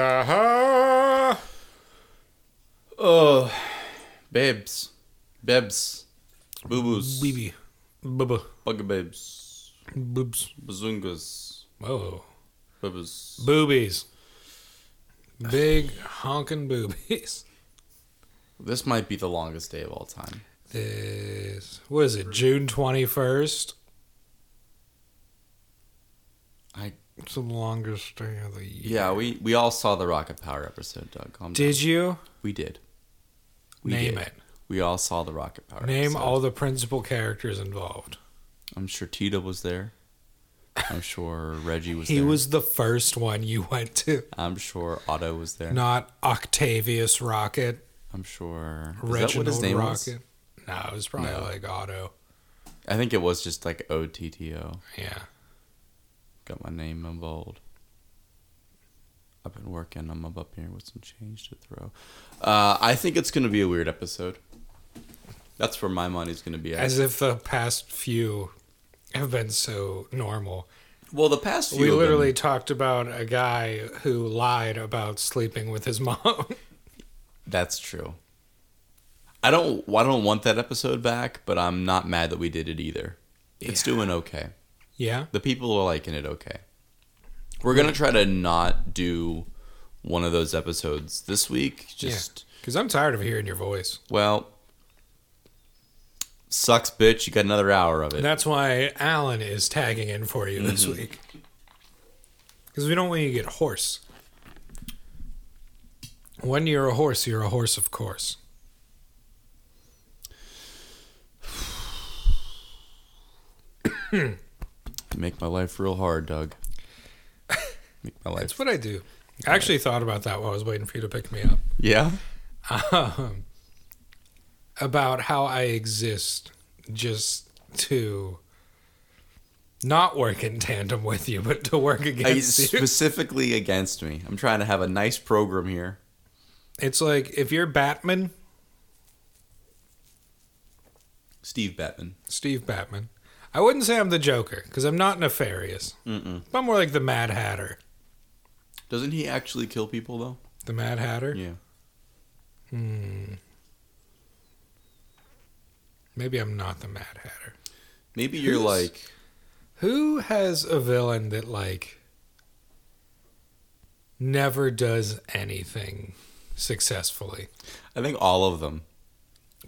Yeah. Oh, babes, bebs, boo boos, Weeby. Bubba. bugababes, Boobs. bazungas, Whoa. boobas. Boobies. Big honking boobies. This might be the longest day of all time. This. What is it? June 21st? I It's the longest day of the year. yeah, we we all saw the Rocket Power episode, Doug. Calm down. Did you? we did? We Name did. it. We all saw the Rocket Power. Name episode. all the principal characters involved. I'm sure Tita was there. I'm sure Reggie was he there. was the first one you went to, I'm sure Otto was there. not Octavius Rocket. I'm sure. Is Reginald that what his name was? Rocket. No, it was probably No. like Otto. I think it was just like O T T O. Yeah. Got my name in bold. I've been working. I'm up up here with some change to throw. Uh, I think it's going to be a weird episode. That's where my money's going to be at. As if the past few have been so normal. well, the past few we have been- literally talked about a guy who lied about sleeping with his mom. that's true. I don't. I don't want that episode back, but I'm not mad that we did it either. It's Yeah. doing okay. yeah. The people are liking it okay. We're gonna try to not do one of those episodes this week. Just. Because I'm tired of hearing your voice. Well, sucks, bitch. You got another hour of it. That's why Alan is tagging in for you this Mm-hmm. week. Because we don't want you to get hoarse. When you're a horse, you're a horse, of course. Make my life real hard, Doug. Make my life. That's what I do. I actually thought about that while I was waiting for you to pick me up. Yeah. um, about how I exist just to not work in tandem with you, but to work I- against you. specifically against me. I'm trying to have a nice program here. It's like if you're Batman, Steve Batman. Steve Batman, I wouldn't say I'm the Joker because I'm not nefarious. Mm-mm. But I'm more like the Mad Hatter. Doesn't he actually kill people though? The Mad Hatter? Yeah. Hmm. Maybe I'm not the Mad Hatter. Maybe you're Who's- like Who has a villain that like never does anything successfully? I think all of them.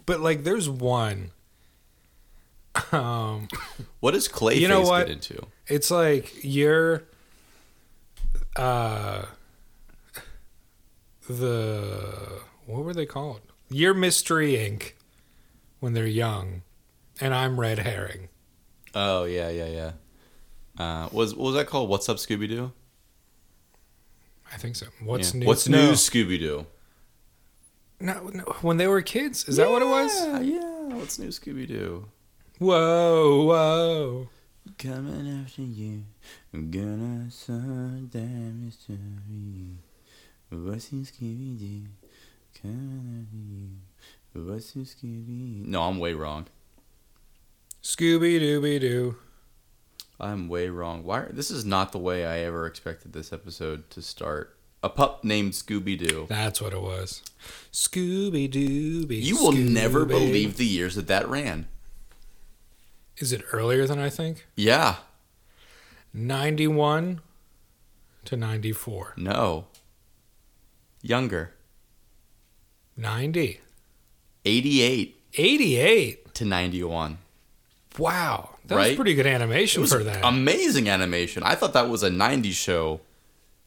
But like there's one um What does Clayface You know what? get into? it's like you're uh the what were they called? You're Mystery Inc. when they're young and I'm Red Herring. Oh yeah, yeah, yeah. Uh, was what was that called? What's up, Scooby Doo? I think so. What's new? What's No. new, Scooby Doo? No, no, when they were kids. Is that what it was? Yeah. What's new, Scooby Doo? Whoa, whoa. Coming after you, I'm gonna sometime destroy you. What's your Scooby Doo? Coming after you. What's your Scooby No, I'm way wrong. Scooby Dooby Doo. I'm way wrong. Why? This is not the way I ever expected this episode to start. A pup named Scooby Doo. That's what it was. Scooby Dooby. You will never Scooby. believe the years that that ran. Is it earlier than I think? Yeah. 91 to 94. No. Younger. 90. 88 88. to 91. Wow. That was Right? pretty good animation was um, for that. Amazing animation. I thought that was a 90s show.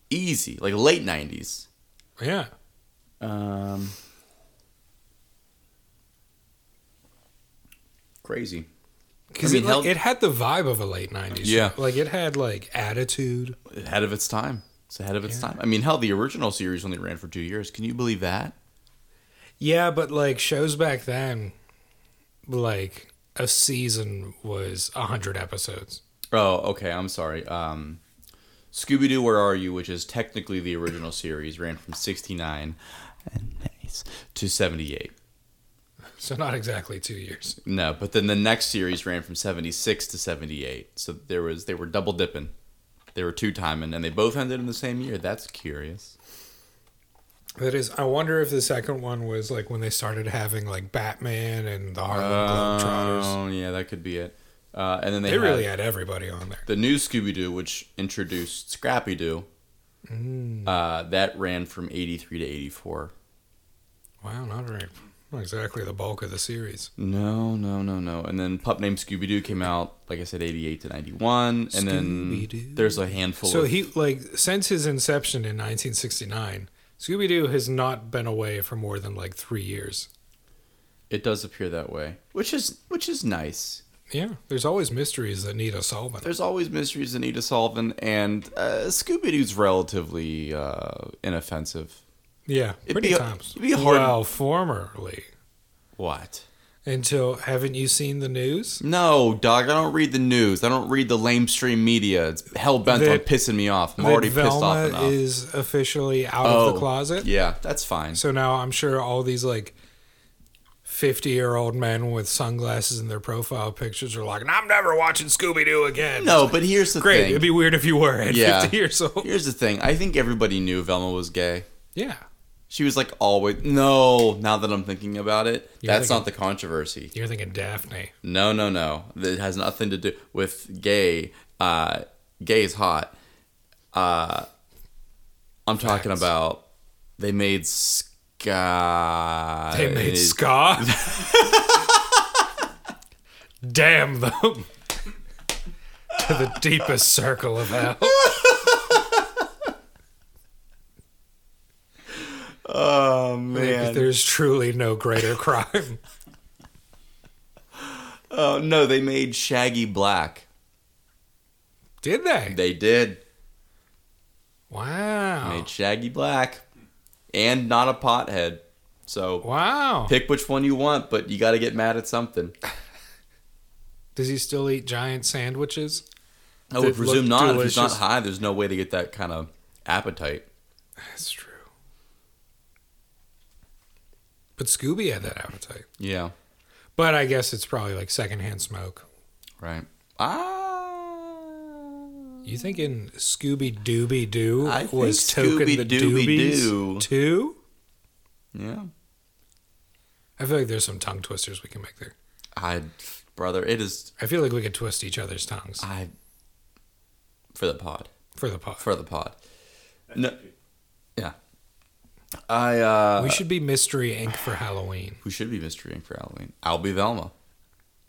Easy, like late 90s. yeah. Um Crazy. Because I mean, it, hell- like, it had the vibe of a late 90s. Yeah. show. Like it had like attitude. Ahead of its time. It's ahead of its Yeah. time. I mean, hell, the original series only ran for 2 years. Can you believe that? Yeah, but like shows back then, like a season was 100 episodes. Oh, okay. I'm sorry. Um, Scooby Doo, Where Are You, which is technically the original series, ran from 69 and nice to 78. So not exactly two years. No, but then the next series ran from 76 to 78. So there was they were double dipping. They were two timing, and they both ended in the same year. That's curious. That is, I wonder if the second one was like when they started having like Batman and the Harlem Globetrotters. Oh, yeah, that could be it. Uh, and then they, They had really had everybody on there. the new Scooby Doo, which introduced Scrappy Doo. Mm. Uh, that ran from '83 to '84. Wow, not very, not exactly the bulk of the series. No, no, no, no. And then Pup Named Scooby Doo came out, like I said, 88 to 91. And Scooby-Doo. then there's a handful So of. he like since his inception in 1969, Scooby Doo has not been away for more than like three years. It does appear that way, which is which is nice. Yeah, there's always mysteries that need a solvent. There's always mysteries that need to solve, and, and uh, Scooby Doo's relatively uh, inoffensive. Yeah, It'd pretty be a- times. it'd be a hard- Well, formerly What? until haven't you seen the news? No, dog. I don't read the news. I don't read the lamestream media. It's hell bent on That- pissing me off. I'm That already pissed Velma off enough. Oh, is officially out of the closet. Yeah, that's fine. So now I'm sure all these like 50 year old men with sunglasses in their profile pictures are like, I'm never watching Scooby Doo again. No, but here's the Great. thing. It'd be weird if you were at Yeah. 50 years old. Here's the thing. I think everybody knew Velma was gay. Yeah. She was like always. No, now that I'm thinking about it, You're that's thinking- not the controversy. You're thinking Daphne. No, no, no. It has nothing to do with gay. Uh, gay is hot. Uh, I'm talking Facts. about they made Scott. They made Ska. Damn them. to the deepest circle of hell. Oh There's truly no greater crime. Oh no, they made Shaggy black. Did they? They did. Wow. Made Shaggy black, and not a pothead. So Wow. pick which one you want, but you got to get mad at something. Does he still eat giant sandwiches? I would That look presume not. If he's not delicious. high, there's no way to get that kind of appetite. That's true. But Scooby had that appetite. Yeah. But I guess it's probably like secondhand smoke. Right. Ah. You thinking Scooby Dooby Doo I think was token the Scooby-Dooby-Doo. Doobies too? Yeah. I feel like there's some tongue twisters we can make there. I, brother, it is. I feel like we could twist each other's tongues I. For the pod. for the pod. For the pod. No. Yeah. I. uh we should be Mystery Inc. for Halloween. Who should be Mystery Inc. for Halloween? I'll be Velma.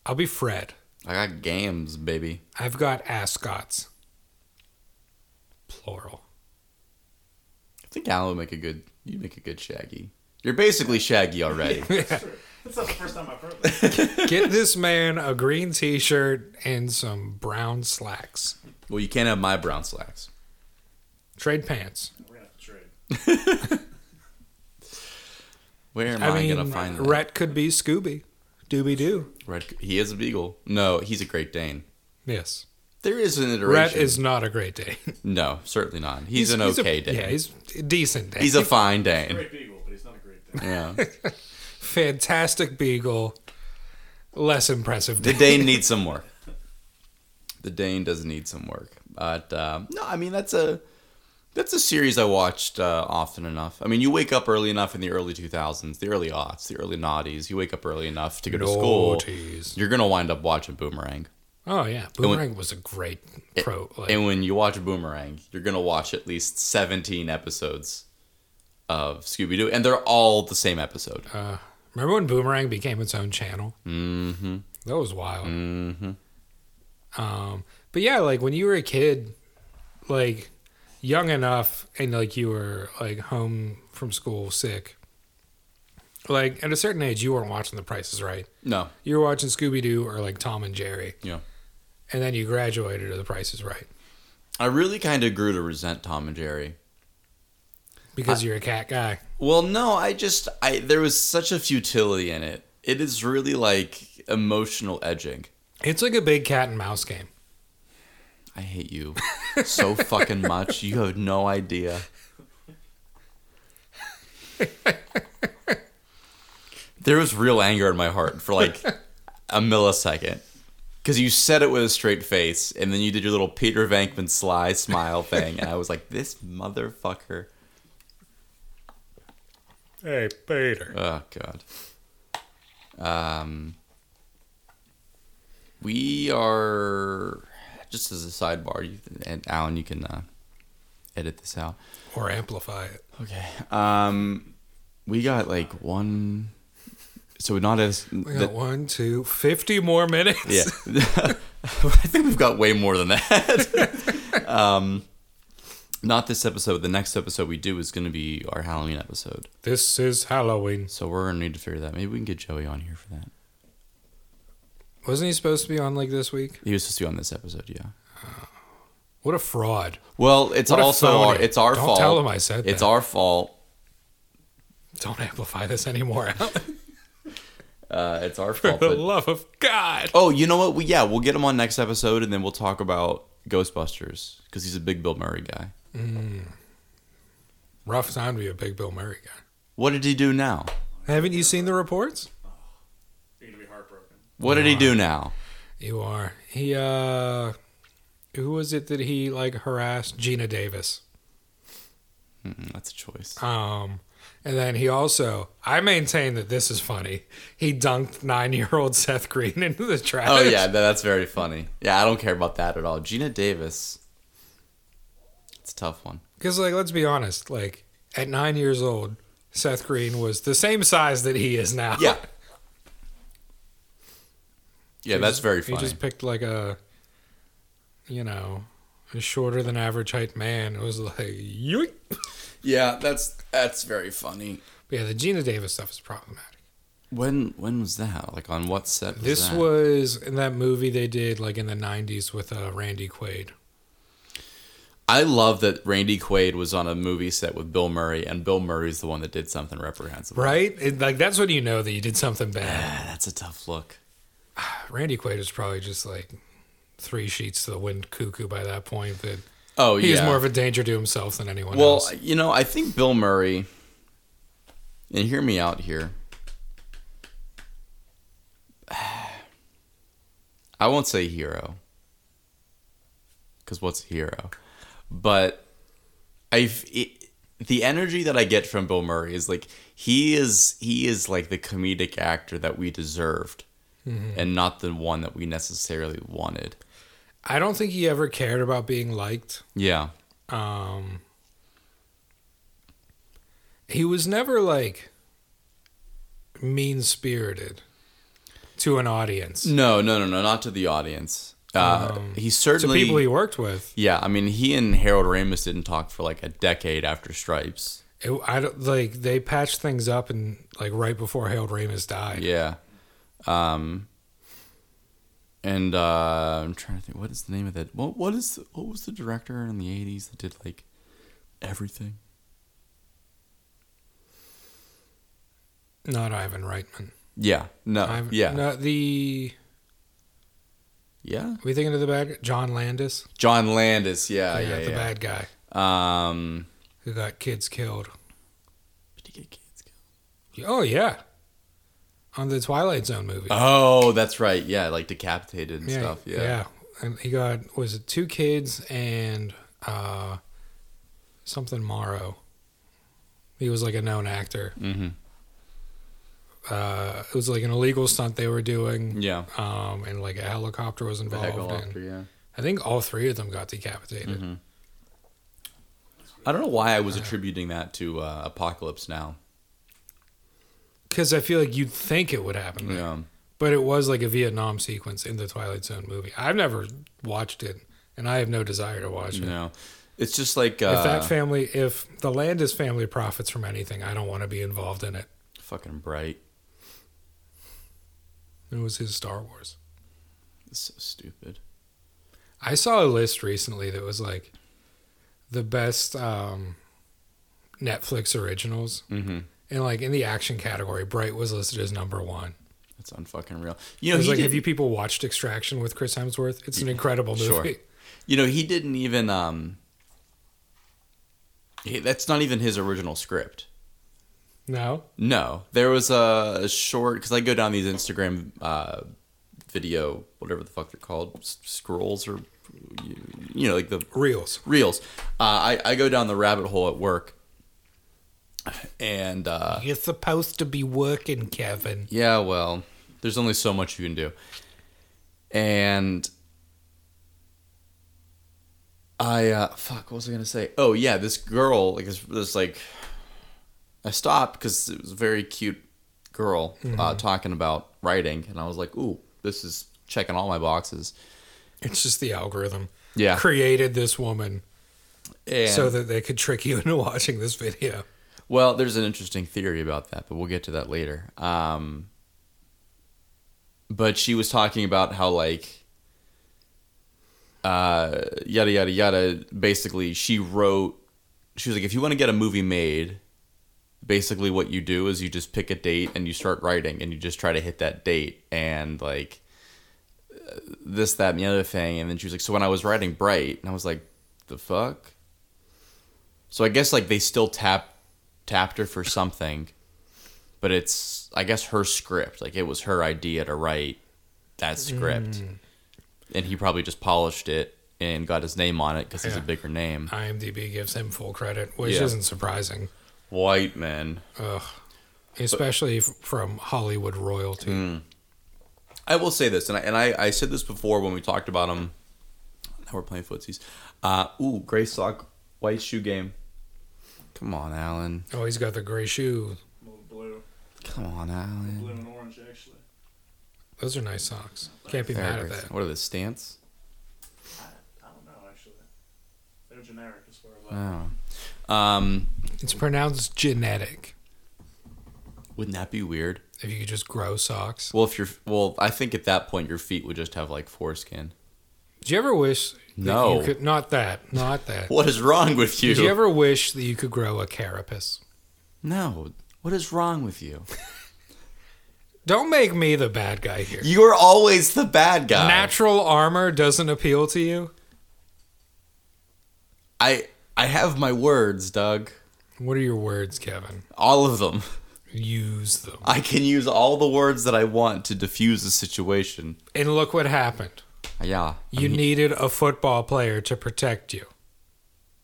I'll be Fred. I got games, baby. I've got ascots. Plural. I think Al would make a good. You make a good Shaggy. You're basically Shaggy already. That's not the first time I've heard that. Get this man a green t shirt and some brown slacks. well, you can't have my brown slacks. Trade pants. We're gonna have to trade. Where am I, I mean, gonna find that? Rhett could be Scooby, Dooby Doo. Red. He is a beagle. No, he's a Great Dane. Yes, There is an iteration. Rhett is not a great Dane. no, certainly not. He's, an a- okay Dane. Yeah, he's a decent Dane. He's a fine Dane. Great beagle, but he's not a great thing. Yeah. fantastic beagle. Less impressive The Dane. Dane needs some work. The Dane does need some work, but um, no, I mean that's a that's a series I watched uh, often enough. I mean, you wake up early enough in the early two thousands, the early aughts, the early noughties. You wake up early enough to go to school. Naughties. You're gonna wind up watching Boomerang, Oh yeah, when- Boomerang was a great pro. Like, and when you watch Boomerang, you're gonna watch at least seventeen episodes of Scooby Doo, and they're all the same episode. uh, remember when Boomerang became its own channel? Mm-hmm. That was wild. Mm-hmm. Um, but yeah, like when you were a kid, like young enough and like you were like home from school sick, like at a certain age, you weren't watching The Price is Right. No. You were watching Scooby Doo or like Tom and Jerry. Yeah. And then you graduated to The Price is Right I really kind of grew to resent Tom and Jerry. because you're a cat guy. Well, no, I just I there was such a futility in it. It is really like emotional edging. It's like a big cat and mouse game. I hate you so fucking much. You have no idea. There was real anger in my heart for like a millisecond Because you said it with a straight face, and then you did your little Peter Venkman sly smile thing, and I was like, "This motherfucker!" Hey, Peter. Oh god. Um, we are just as a sidebar, you, and Alan, you can uh, edit this out. Or amplify it. Okay. Um, we got like one. So not as We got one, two, 50 more minutes. yeah. I think we've got way more than that. um, not this episode. The next episode we do is going to be our Halloween episode. This is Halloween. So we're going to need to figure that. Maybe we can get Joey on here for that. Wasn't he supposed to be on like this week? He was supposed to be on this episode, yeah. What a fraud. Well, it's What a also phony. our, it's our Don't fault. tell him I said It's that. our fault. Don't amplify this anymore. Alan. Uh, it's our For fault. the but- love of God. Oh, you know what? We, yeah, we'll get him on next episode, and then we'll talk about Ghostbusters because he's a big Bill Murray guy. Rough time to be a big Bill Murray guy. What did he do now? Haven't you seen the reports? You're gonna be heartbroken. What did he do Uh-huh. now? You are. He, uh, who was it that he like harassed? Gina Davis. Mm, that's a choice. Um, and then he also, I maintain that this is funny. He dunked nine year old Seth Green into the trash. Oh yeah, tha- that's very funny. Yeah, I don't care about that at all. Gina Davis. It's a tough one. Because, like, let's be honest, like, at nine years old, Seth Green was the same size that he is now. Yeah. Yeah, He that's just- very He funny. just picked, like, a, you know, a shorter than average height man. It was like, yoink. Yeah, that's that's very funny. But yeah, the Gina Davis stuff is problematic. When when was that? Like on what set? Was This that? was in that movie they did, like, in the 90s with uh, Randy Quaid. I love that Randy Quaid was on a movie set with Bill Murray, and Bill Murray's the one that did something reprehensible. Right? It, like, that's when you know that you did something bad. Ah, that's a tough look. Randy Quaid is probably just like three sheets to the wind cuckoo by that point. That Oh he is yeah. more of a danger to himself than anyone well, else. you know, I think Bill Murray. And hear me out here. I won't say hero. Because what's a hero? But I've it, the energy that I get from Bill Murray is like he is he is like the comedic actor that we deserved, Mm-hmm. and not the one that we necessarily wanted. I don't think he ever cared about being liked. Yeah, Um, he was never like mean spirited to an audience Um, No, no, no, no, not to the audience. Uh, he to certainly. people he worked with. yeah, I mean, he and Harold Ramis didn't talk for like a decade after Stripes. It, I don't like they patched things up and like right before Harold Ramis died. Yeah. Um. And uh, I'm trying to think, what is the name of that? What what is what was the director in the '80s that did like everything? Not Ivan Reitman. Yeah. No. Ivan- Uh, yeah. no, the Yeah. we thinking of the bad John Landis. John Landis. Yeah. yeah, Oh, Yeah. the Yeah. bad guy Um. who got kids killed. did he get kids killed? Oh yeah, on the Twilight Zone movie. Oh, that's right. Yeah, like decapitated and stuff. Yeah. And he got was it two kids and uh, something Morrow. He was like a known actor. Mm-hmm. Uh, it was like an illegal stunt they were doing, Yeah. um, and like a helicopter was The involved. heckle and yeah. I think all three of them got decapitated. Mm-hmm. I don't know why I was attributing that to uh, Apocalypse Now. Because I feel like you'd think it would happen, there. Yeah. but it was like a Vietnam sequence in the Twilight Zone movie. I've never watched it, and I have no desire to watch it. No. It's just like If uh, that family, if the Landis family profits from anything, I don't want to be involved in it. fucking bright. It was his Star Wars. It's so stupid. I saw a list recently that was like the best um, Netflix originals, Mm-hmm. and like in the action category, Bright was listed as number one. It's unfucking real. You It know, was he like, did, have you people watched Extraction with Chris Hemsworth? It's an incredible movie. Sure. you know, he didn't even um. he- that's not even his original script. No, No, there was a, a short because I go down these Instagram uh, video, whatever the fuck they're called, s- scrolls or you, you know, like the Reels. reels. Uh, I I go down the rabbit hole at work, and uh, You're supposed to be working, Kevin. yeah, well, there's only so much you can do. And I uh fuck, what was I gonna say? Oh yeah, this girl, like this this like I stopped because it was a very cute girl uh, talking about writing, and I was like, ooh, this is checking all my boxes. It's just the algorithm. Yeah. Created this woman And, so that they could trick you into watching this video. well, there's an interesting theory about that, but we'll get to that later. Um, but she was talking about how like uh, yada yada yada. Basically, she wrote. She was like, if you want to get a movie made, basically what you do is you just pick a date and you start writing and you just try to hit that date and like uh, this that and the other thing. And then she was like, so when I was writing Bright, and I was like, the fuck. So I guess like they still tap tapped her for something, but it's I guess her script. Like it was her idea to write that script, Mm. and he probably just polished it and got his name on it because he's a Yeah. bigger name. IMDb gives him full credit, which Yeah. isn't surprising, White man. especially f from Hollywood royalty. Mm. I will say this, and I and I, I said this before when we talked about him. Now we're playing footsies. Uh, ooh, gray sock, white shoe game. Come on, Alan. Oh, he's got the gray shoe. Well, blue, Come on, blue Alan. and orange actually. Those are nice socks. Can't be There mad it at is. that. What are the stance? I don't know actually. They're generic as far as I. Oh. Um, It's pronounced genetic. wouldn't that be weird? If you could just grow socks. Well, if you're well, I think at that point your feet would just have like foreskin. Did you ever wish? that No. You could, not that. Not that. What is wrong with you? Did you ever wish that you could grow a carapace? No. What is wrong with you? Don't make me the bad guy here. You're always the bad guy. Natural armor doesn't appeal to you? I I have my words, Doug. What are your words, Kevin? All of them. Use them. I can use all the words that I want to diffuse the situation. And look what happened. Yeah. You I mean, needed a football player to protect you.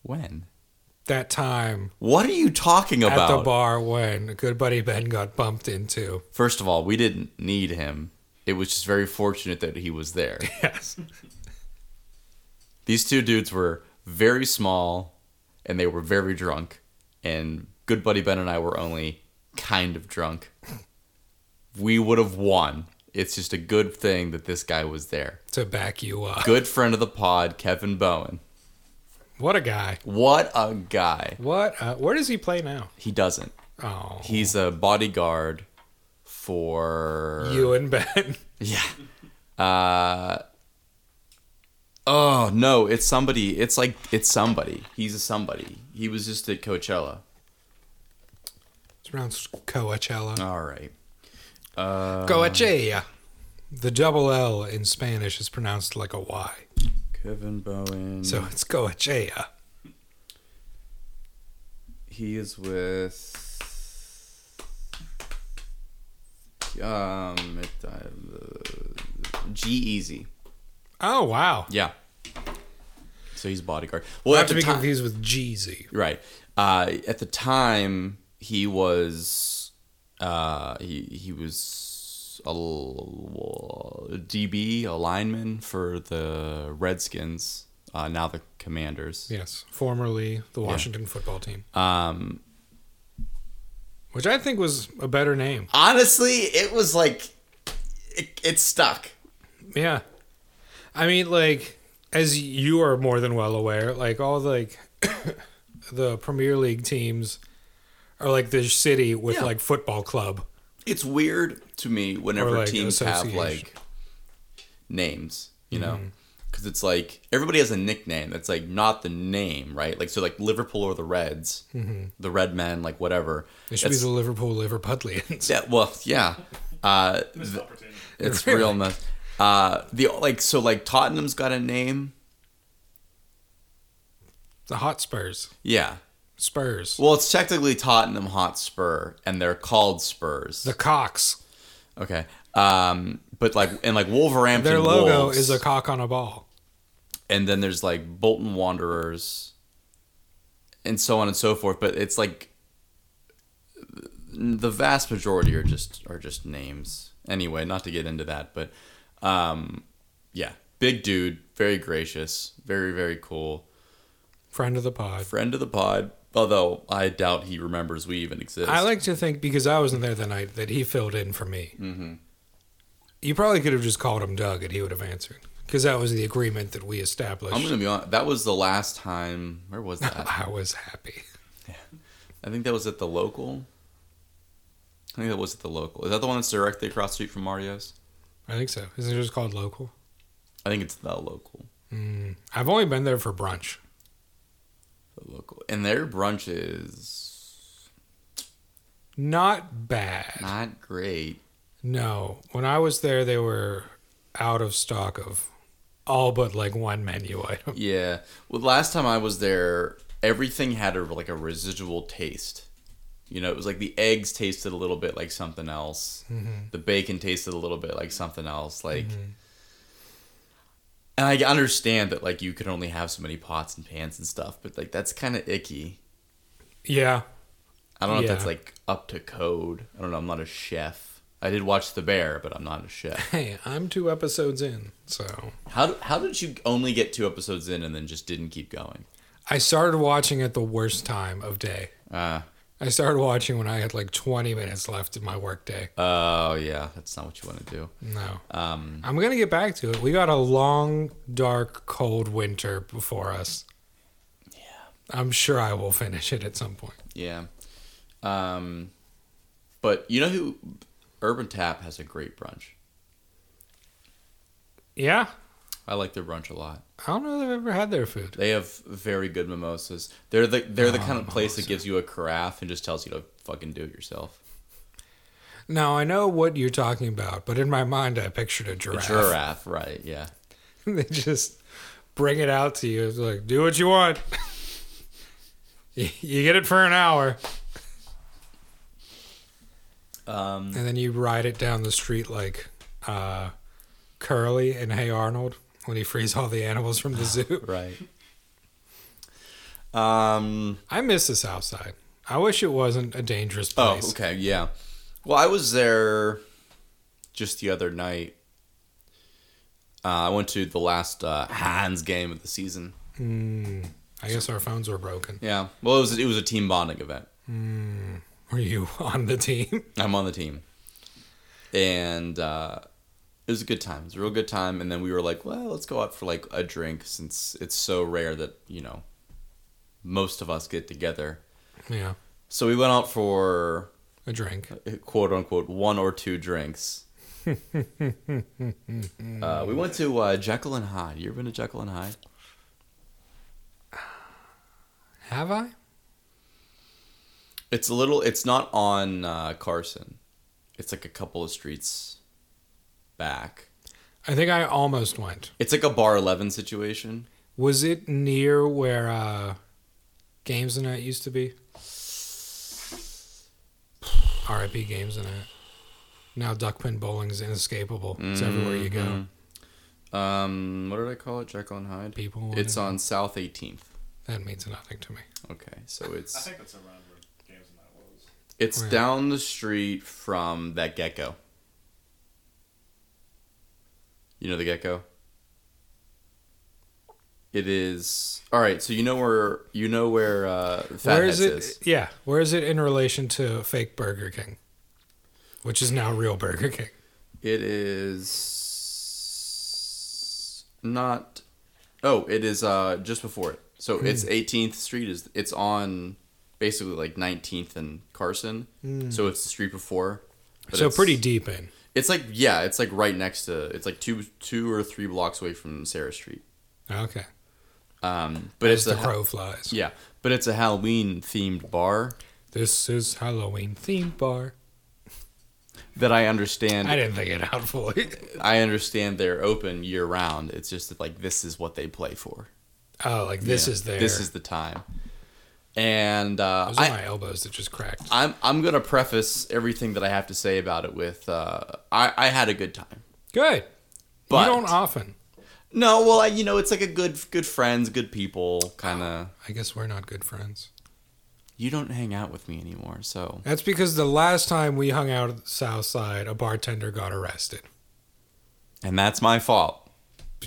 when? That time What are you talking at the about? bar when good buddy Ben got bumped into. First of all, we didn't need him. It was just very fortunate that he was there. Yes. These two dudes were very small and they were very drunk. And good buddy Ben and I were only kind of drunk. We would have won. It's just a good thing that this guy was there. To back you up. Good friend of the pod, Kevin Bowen. What a guy. What a guy. What? Uh, where does he play now? He doesn't. Oh. He's a bodyguard for You and Ben. Yeah. Uh Oh no, it's somebody. It's like it's somebody. He's a somebody. He was just at Coachella. It's around Coachella. All right. Uh Coachella. The double L in Spanish is pronounced like a Y. Kevin Bowen. So it's Coachella. he is with um it, uh, G Easy. Oh, wow. Yeah. So he's bodyguard. Well, Well, Not at to the be time, confused with Jeezy. Right. Uh, at the time, he was uh, he he was a l- DB, a lineman for the Redskins, uh, now the Commanders. Yes. Formerly the Washington football team, Um, which I think was a better name. honestly, it was like it, it stuck. Yeah. I mean, like, as you are more than well aware, like, all the, like, the Premier League teams are like the city with Yeah. like football club. It's weird to me whenever Or, like, teams have association. Mm-hmm. like names, you know, because it's like everybody has a nickname that's like not the name, right? Like so, like Liverpool or the Reds, the Red Men, like whatever. Mm-hmm. They should That's- be the Liverpool Liverpudlians. yeah, well, yeah, uh, Missed th- opportunity. it's real mess. Uh, the like so like Tottenham's got a name, The Hotspurs. yeah. Spurs. Well, it's technically Tottenham Hotspur, and they're called Spurs. The Cox. Okay. Um, but like and like Wolverhampton Their logo Wolves, is a cock on a ball. and then there's like Bolton Wanderers, and so on and so forth. But it's like the vast majority are just are just names. Anyway, not to get into that, but um, yeah, big dude, very gracious, very very cool, Friend of the pod. friend of the pod. Although I doubt he remembers we even exist. I like to think because I wasn't there the night that he filled in for me. Mm-hmm. You probably could have just called him Doug and he would have answered because that was the agreement that we established. I'm gonna be honest. That was the last time. Where was that? I was happy. I think that was at the local. I think that was at the local. Is that the one that's directly across the street from Mario's? I think so. Isn't it just called local? I think it's the local. Mm. I've only been there for brunch. The local. And their brunch is Not bad. not great. No. When I was there, they were out of stock of all but like one menu item. Yeah. Well, last time I was there, everything had a, like a residual taste. You know, it was like the eggs tasted a little bit like something else. The bacon tasted a little bit like something else. Like, and I understand that like you could only have so many pots and pans and stuff, but like that's kind of icky. Yeah. I don't know if that's Yeah. like up to code. I don't know. I'm not a chef. I did watch The Bear, but I'm not a chef. Hey, I'm two episodes in. So How do, how did you only get two episodes in and then just didn't keep going? I started watching at the worst time of day. Uh, I started watching when I had like 20 minutes left in my workday. oh yeah, that's not what you want to do. No. Um, I'm going to get back to it. We got a long, dark, cold winter before us. Yeah. I'm sure I will finish it at some point. yeah. Um, but you know who? Urban Tap has a great brunch. Yeah. I like their brunch a lot. I don't know if I've ever had their food. They have very good mimosas. They're the they're the Ah, kind of place that mimosa. gives you a carafe and just tells you to fucking do it yourself. Now, I know what you're talking about, but in my mind, I pictured a A giraffe. giraffe, right? Yeah. they just bring it out to you. It's like, do what you want. you you get it for an hour, Um, and then you ride it down the street like uh, Curly and Hey Arnold when he frees all the animals from the zoo. Right. Um. I miss the South Side. I wish it wasn't a dangerous Oh, place. okay. Yeah. Well, I was there just the other night. Uh, I went to the last uh, Hans game of the season. Mm, I guess our phones were broken. Yeah. Well, it was it was a team bonding event. Were you on the team? I'm on the team, and uh, it was a good time. It was a real good time. And then we were like, well, let's go out for like a drink since it's so rare that you know most of us get together. yeah, So we went out for a drink. quote unquote one or two drinks. uh, we went to uh, Jekyll and Hyde. You ever been to Jekyll and Hyde? Have I? It's a little. It's not on uh, Carson. It's like a couple of streets back. I think I almost went. It's like a Bar Eleven situation. Was it near where uh, Games and That used to be? RIP Games and That. Now Duckpin Bowling's inescapable. It's everywhere you Mm-hmm. go. Um, what did I call it? Jekyll and Hyde. People want It's it. on South 18th. That means nothing to me. Okay, so I it's think that's around where games and that was. it's Where? down the street from that gecko. You know the gecko? It is all right. So you know where you know where uh, Fat where is Heads it? is. Yeah. Where is it in relation to fake Burger King? Which is now real Burger King. It is not. Oh, it is uh, just before it. So Hmm. it's 18th Street. Is it's on basically like 19th and Carson. So it's the street before. but Hmm. so it's- pretty deep in. It's like yeah, it's like right next to. It's like two two or three blocks away from Sarah Street. Okay. Um, but it's As the a crow flies. yeah, but it's a Halloween themed bar This is Halloween themed bar. that I understand. I didn't think it out fully. I understand they're open year round. It's just that like this is what they play for. Oh, like this Yeah. is their This is the time. And uh, Those are I, my elbows that just cracked. I'm I'm gonna preface everything that I have to say about it with uh, I I had a good time. Good. But- you don't often. No, well, I, you know, it's like a good good friends, good people kind of. I guess we're not good friends. You don't hang out with me anymore, so That's because the last time we hung out at the South Side, a bartender got arrested. and that's my fault.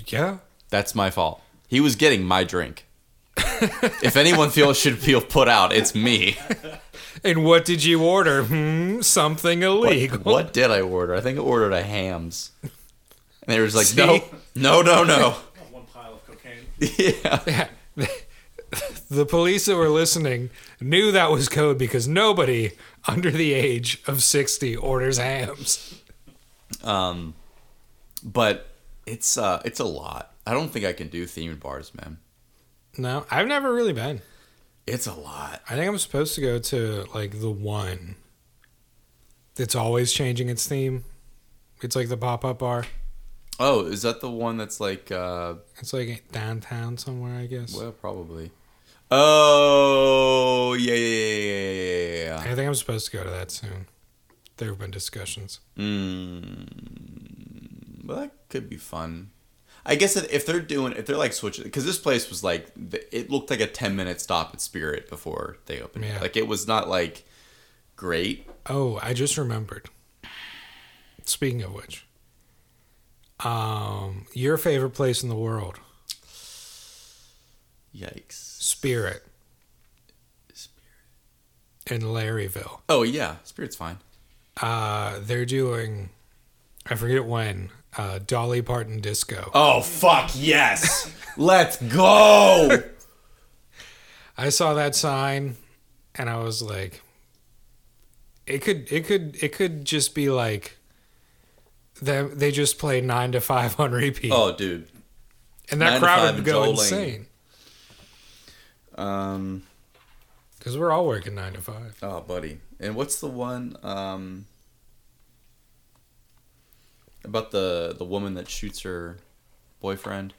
Yeah. That's my fault. He was getting my drink. if anyone feels should feel put out, it's me. And what did you order? Hmm, something illegal. What, what did I order? I think I ordered a hams. And they was like, See? no, no, no, no. Not one pile of cocaine. yeah. Yeah. the police that were listening knew that was code because nobody under the age of 60 orders hams. Um, but it's uh, it's a lot. I don't think I can do themed bars, man. No, I've never really been. It's a lot. I think I'm supposed to go to like the one that's always changing its theme. It's like the pop up bar. Oh, is that the one that's like? Uh, It's like downtown somewhere, I guess. well, probably. Oh yeah yeah yeah yeah yeah. yeah. I think I'm supposed to go to that soon. There have been discussions. Mm, well, that could be fun. I guess that if they're doing, if they're like switching, because this place was like, th- it looked like a 10 minute stop at Spirit before they opened. it. Yeah. Like, it was not like great. Oh, I just remembered. Speaking of which, um, your favorite place in the world, Yikes. Spirit Spirit. in Larryville. Oh, yeah. Spirit's fine. Uh, they're doing, I forget when, uh, Dolly Parton disco. Oh, fuck yes. Let's go. I saw that sign, and I was like, it could, it could, it could just be like. They, they just play nine to five on repeat, oh, dude. and Nine that to crowd Five would and go Jolene. insane Um, because we're all working nine to five. oh, buddy. And what's the one, um, about the, the woman that shoots her boyfriend?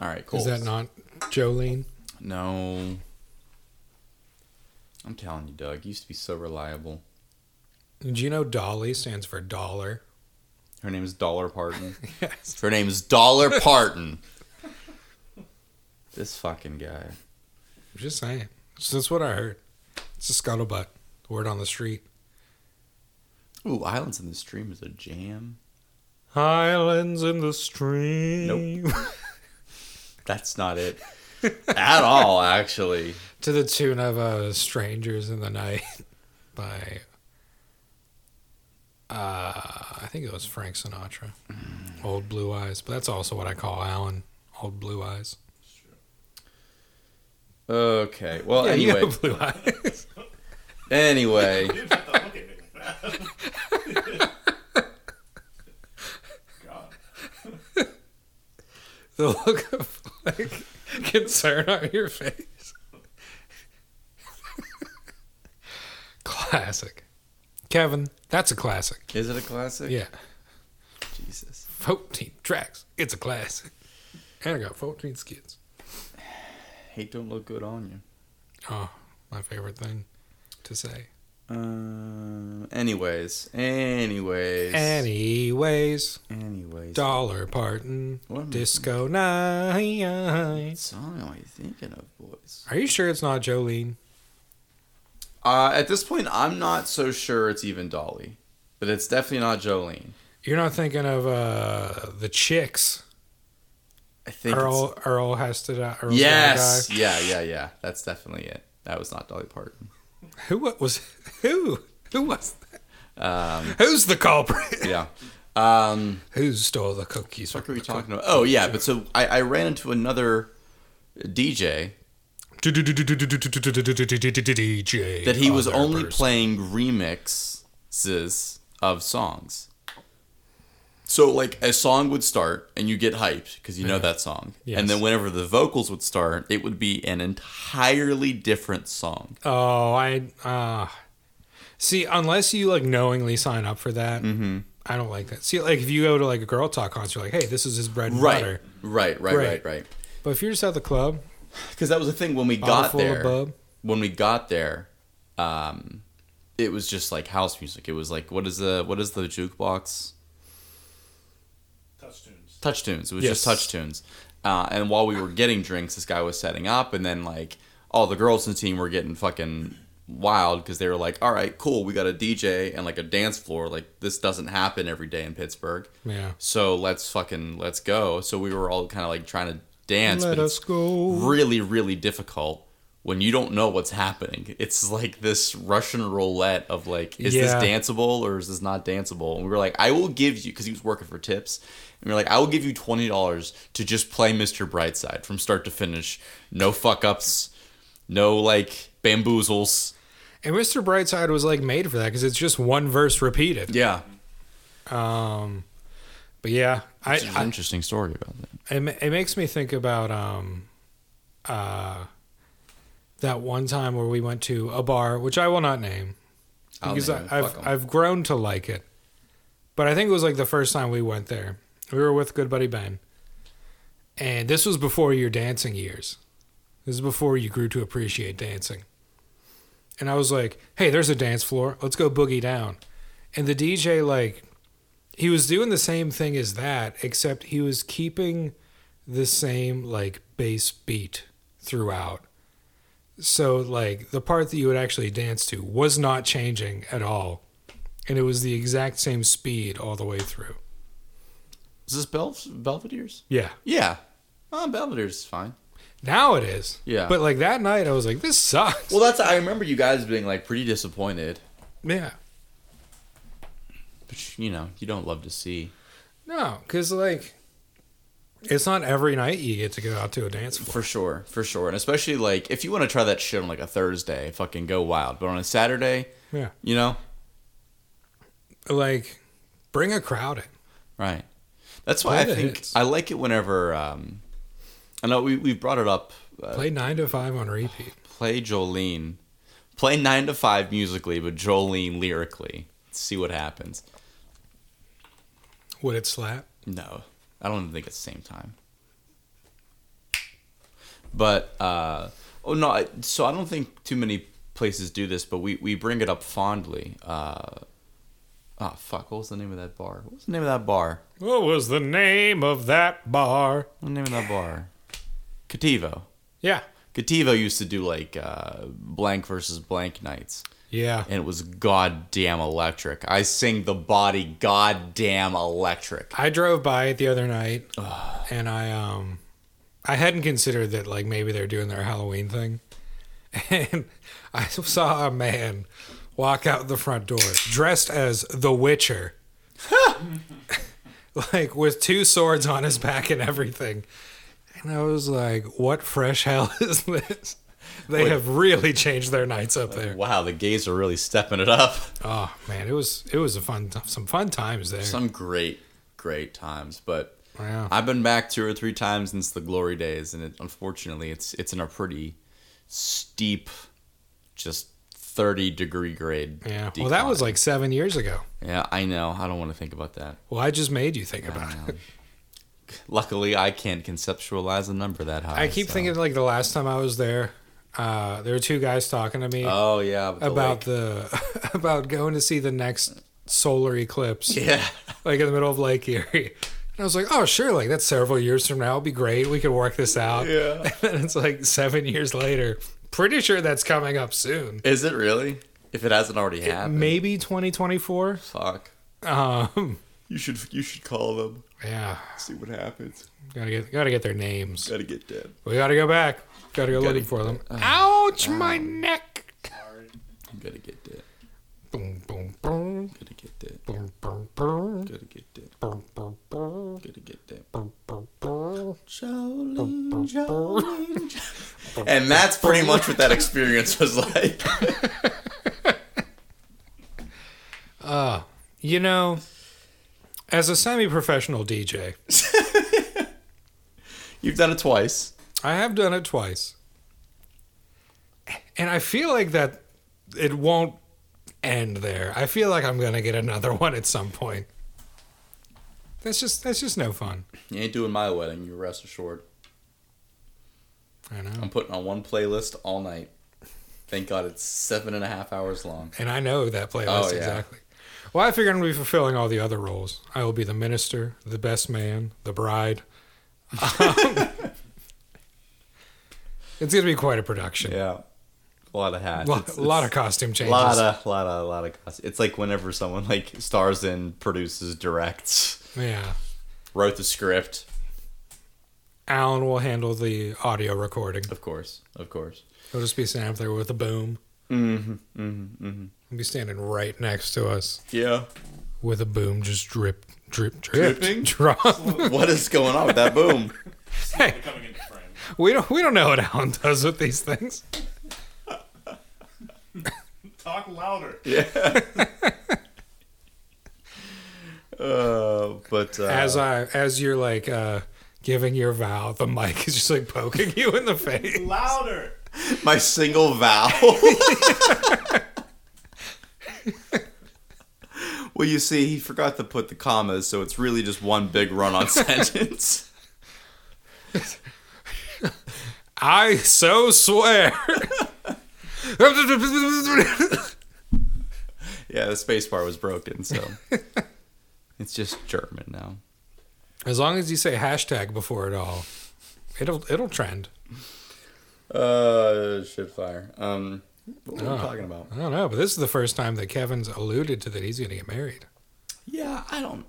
All right, cool. Is that not Jolene? No. I'm telling you, Doug, you used to be so reliable. Do you know Dolly stands for dollar? Her name is Dollar Parton. Yes. Her name is Dollar Parton. this fucking guy. I'm just saying. So that's what I heard. It's a scuttlebutt. Word on the street. Ooh, Islands in the Stream is a jam. Highlands in the stream. That's not it. At all, actually. to the tune of uh, Strangers in the Night by, uh, I think it was Frank Sinatra. Mm. Old Blue Eyes. But that's also what I call Alan. Old Blue Eyes. Okay. Well, Yeah, you anyway. know Blue Eyes. Anyway. Dude, what the- okay, wait, wait. God. the look of like concern on your face. classic. Kevin, that's a classic. Is it a classic? Yeah. Jesus. 14 tracks. It's a classic. And I got 14 skits. Hate don't look good on you. Oh, my favorite thing to say. Um. Anyways. Anyways. Anyways, Anyways. Dollar Parton, What am I- Disco Night. song am I thinking of, boys? Are you sure it's not Jolene? Uh, at this point, I'm not so sure it's even Dolly, but it's definitely not Jolene. You're not thinking of uh, the chicks I think. Earl Earl has to die. Earl's it's, gotta yes. die. Yeah. Yeah. Yeah. That's definitely it. That was not Dolly Parton. Who wa- was who? Who was that? Um, Who's the culprit? yeah. Um, Who stole the cookies? what from are we the talking about? Oh yeah. But so I, I ran into another DJ cook- DJ. that he was other only person. playing remixes of songs. So like a song would start and you get hyped because you know that song, Yes. and then whenever the vocals would start, it would be an entirely different song. Oh, I uh see. Unless you like knowingly sign up for that, I don't like that. See, like if you go to like a girl talk concert, you're like, hey, this is his bread and butter. right, right, right, right, But if you're just at the club, because that was the thing when we Bottle got full of there. bub. When we got there, um, it was just like house music. It was like what is the what is the jukebox? Touch tunes. Touch tunes. It was just Yes. touch tunes. Uh, and while we were getting drinks, this guy was setting up, and then like all the girls in the team were getting fucking wild because they were like, "All right, cool, we got a DJ and like a dance floor. Like this doesn't happen every day in Pittsburgh." Yeah. So let's fucking let's go. So we were all kind of like trying to dance, Let but it's us go. really really difficult when you don't know what's happening. It's like this Russian roulette of like, is Yeah. this danceable or is this not danceable? And we were like, I will give you because he was working for tips, and we were like, I will give you twenty dollars to just play Mr. Brightside from start to finish, no fuck ups, no like bamboozles. And Mr. Brightside was like made for that because it's just one verse repeated. Yeah, Um, but yeah, I, it's an I interesting story about that. it, ma- it makes me think about um, uh, that one time where we went to a bar, which I will not name I'll because name it. I, Fuck I've 'em. I've grown to like it. But I think it was like the first time we went there. We were with good buddy Ben, and this was before your dancing years. This is before you grew to appreciate dancing. And I was like, "Hey, there's a dance floor. Let's go boogie down." And the DJ like he was doing the same thing as that, except he was keeping the same like bass beat throughout. So like the part that you would actually dance to was not changing at all. And it was the exact same speed all the way through. Is this Bel- Belvedere's? Yeah. Yeah, oh, Belvedere's fine. Now it is. Yeah. But like that night I was like, this sucks. Well, that's I remember you guys being like pretty disappointed, yeah. which you know you don't love to see. No, because like it's not every night you get to go out to a dance floor. For sure, for sure, and especially like if you want to try that shit on like a Thursday, fucking go wild. But on a Saturday, Yeah. you know, Like bring a crowd in. right? That's why Play I the think hits. I like it whenever. Um, I know we we brought it up. Uh, Play nine to five on repeat. play Jolene, play nine to five musically, but Jolene lyrically. See what happens. Would it slap? No, I don't think it's the same time. But uh, oh no, I- so I don't think too many places do this, but we, we bring it up fondly. Uh, oh fuck, what was the name of that bar? What was the name of that bar? What was the name of that bar? What was the name of that bar? Cativo. Yeah. Cativo used to do like uh, blank versus blank nights, Yeah. and it was goddamn electric. I sing the body goddamn electric. I drove by it the other night, and I um, I hadn't considered that like maybe they're doing their Halloween thing, and I saw a man walk out the front door dressed as the Witcher, like with two swords on his back and everything, and I was like, "What fresh hell is this?" They Wait. have really changed their nights up there. Wow, the gays are really stepping it up. Oh man, it was it was a fun some fun times there. some great great times but Wow. i've been back two or three times since the glory days and it, unfortunately it's it's in a pretty steep just 30 degree grade yeah. Well, that was decline. like seven years ago. yeah i know i don't want to think about that Well, I just made you think about it. luckily i can't conceptualize a number that high I keep so- thinking like the last time I was there, uh, there were two guys talking to me oh yeah with the about lake. the about going to see the next solar eclipse, yeah like in the middle of Lake Erie. And I was like, oh sure, like that's several years from now. It'll be great. We could work this out. Yeah. And then it's like seven years later. Pretty sure that's coming up soon. is it really if it hasn't already happened Maybe 2024. fuck Um, you should you should call them yeah, see what happens gotta get gotta get their names. gotta get dead We gotta go back. Gotta go Gotta- uh, looking for them. Ouch, my neck. Sorry. gotta get dead Boom, boom, boom. gotta get dead Boom, boom, boom. gotta get dead Boom, boom, boom. gotta get dead Boom, boom, boom. Jolene, Jolene, Jolene. And that's pretty much what that experience was like. You know, as a semi professional DJ, You've done it twice. I have done it twice. And I feel like that it won't end there. I feel like I'm going to get another one at some point. That's just that's just no fun. You ain't doing my wedding, you rest assured. I know. I'm putting on one playlist all night. Thank God it's seven and a half hours long. And I know that playlist Oh, yeah. exactly. Well, I figure I'm going to be fulfilling all the other roles. I will be the minister, the best man, the bride. it's going to be quite a production. Yeah. A lot of hats. Lo- It's- it's- a lot of costume changes. lot of lot of lot of cost. It's like whenever someone like stars in, produces, directs, yeah. wrote the script. Alan will handle the audio recording. Of course, of course. He'll just be standing up there with a boom. Mm-hmm. Mm-hmm. Mm-hmm. He'll be standing right next to us Yeah. with a boom, just drip, drip, drip, Dripping? drop. what is going on with that boom? Slowly coming into frame. We don't, we don't know what Alan does with these things. Talk louder. Uh, but uh, as I as you're like uh giving your vow, the mic is just like poking you in the face. Louder. my single vow. well, you see, he forgot to put the commas, so it's really just one big run-on sentence. I so swear. yeah, the space bar was broken, so it's just German now. as long as you say hashtag before it all, it'll it'll trend. Uh, shit fire. Um, what were Oh. we talking about? I don't know, but this is the first time that Kevin's alluded to that he's gonna get married. Yeah, I don't.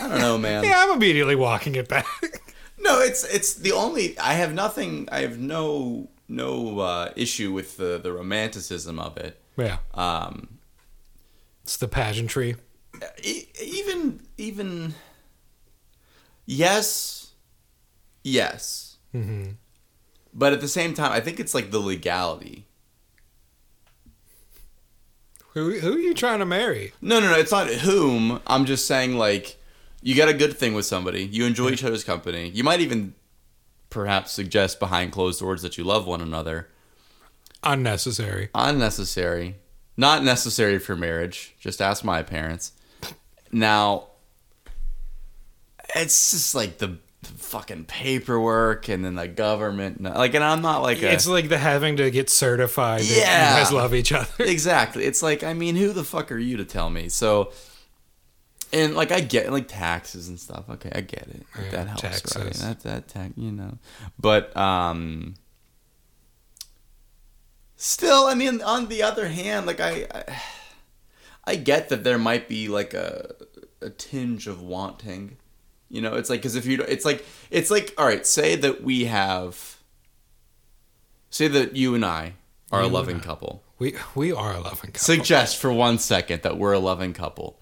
I don't know, man. Yeah, I'm immediately walking it back. No, it's it's the only. I have nothing. I have no no uh, issue with the the romanticism of it. yeah. Um, It's the pageantry. e- even even. Yes. Yes. hmm But at the same time, I think it's like the legality. Who who are you trying to marry? No, no, no. It's not whom. I'm just saying, like, you got a good thing with somebody. You enjoy each other's company. You might even perhaps suggest behind closed doors that you love one another. Unnecessary. Unnecessary. Not necessary for marriage. Just ask my parents. Now, it's just like the the fucking paperwork and then the government. and- Like, and I'm not like a. It's like the having to get certified that Yeah. you guys love each other. exactly. It's like, I mean, who the fuck are you to tell me? So, and like, I get like taxes and stuff. Okay, I get it. Yeah, that helps, right? taxes. That that tax, you know. But um, still, I mean, on the other hand, like I, I, I get that there might be like a a tinge of wanting. You know, it's like because if you, it's like it's like all right. Say that we have. Say that you and I are You a and loving I. couple We we are a loving couple. suggest for one second that we're a loving couple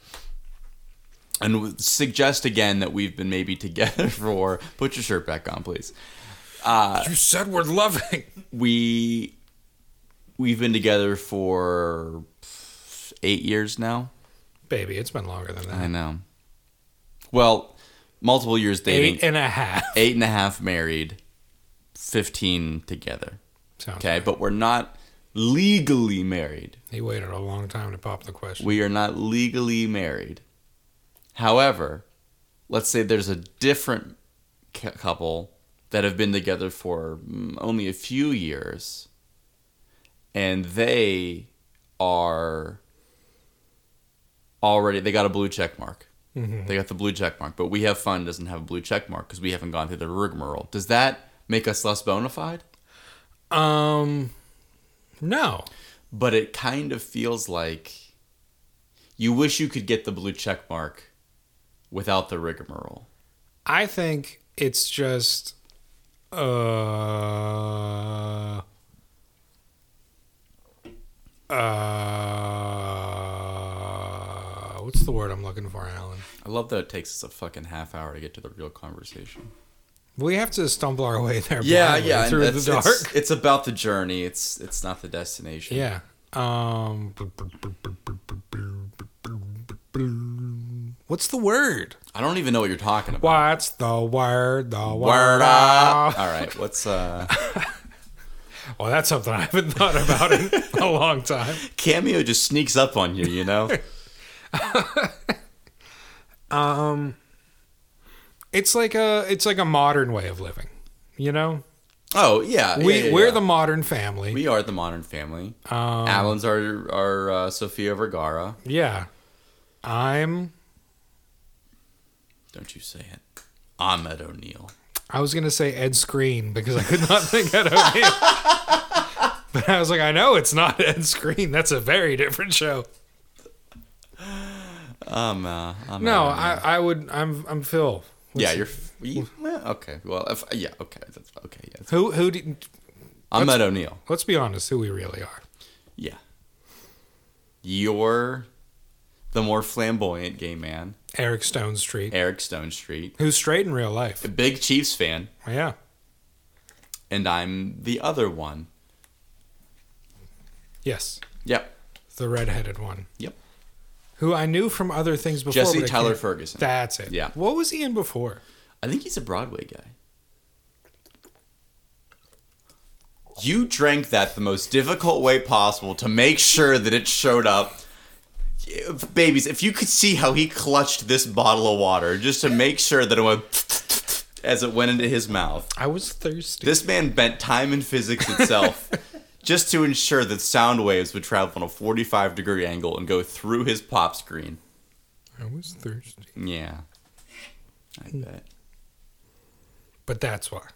and w- suggest again that we've been maybe together for put your shirt back on please Uh, You said we're loving. we we've been together for eight years now Baby, it's been longer than i that. know well multiple years dating Eight and a half. eight and a half married 15 together Sounds okay but we're not legally married He waited a long time to pop the question. We are not legally married. However, let's say there's a different cou- couple that have been together for mm, only a few years and they are already they got a blue check mark. Mhm. They got the blue check mark, but we have fun doesn't have a blue check mark because we haven't gone through the rigmarole. Does that make us less bona fide? Um, no. but it kind of feels like you wish you could get the blue check mark without the rigmarole. I think it's just uh uh what's the word I'm looking for, Alan? I love that it takes us a fucking half hour to get to the real conversation. We have to stumble our way there. Yeah, blindly yeah, and Through the that's- dark. It's, it's about the journey. It's it's not the destination. Yeah. Um. What's the word? I don't even know what you're talking about. What's the word? The word. Word up. up. All right, what's uh Well, that's something I haven't thought about in a long time. Cameo just sneaks up on you, you know? It's like a it's like a modern way of living, you know. Oh yeah, We yeah, yeah, we're yeah. the modern family. we are the modern family. um, Alan's our our uh, Sofia Vergara. yeah, I'm. Don't you say it. Ahmed O'Neill. I was gonna say Ed Screen because I could not think that of it. But I was like, I know it's not Ed Screen. That's a very different show. Um, uh, Ahmed No, O'Neill. I, I would. I'm I'm Phil. What's- yeah, you're. f- You, well, okay. Well, if, yeah. Okay. That's okay. Yeah. Who who? Do, Ahmed O'Neill. let's be honest. Who we really are. Yeah. You're the more flamboyant gay man, Eric Stone Street, Eric Stone Street, who's straight in real life. a big Chiefs fan, Yeah, and I'm the other one. yes, Yep. the redheaded one. Yep. Who I knew from other things before. Jesse but I Tyler can't- Ferguson. That's it. Yeah. What was he in before? I think he's a Broadway guy. You drank that the most difficult way possible to make sure that it showed up. If- Babies, if you could see how he clutched this bottle of water just to make sure that it went as it went into his mouth. I was thirsty. This man bent time and physics itself just to ensure that sound waves would travel on a 45 degree angle and go through his pop screen. I was thirsty. Yeah. I bet. But that's why.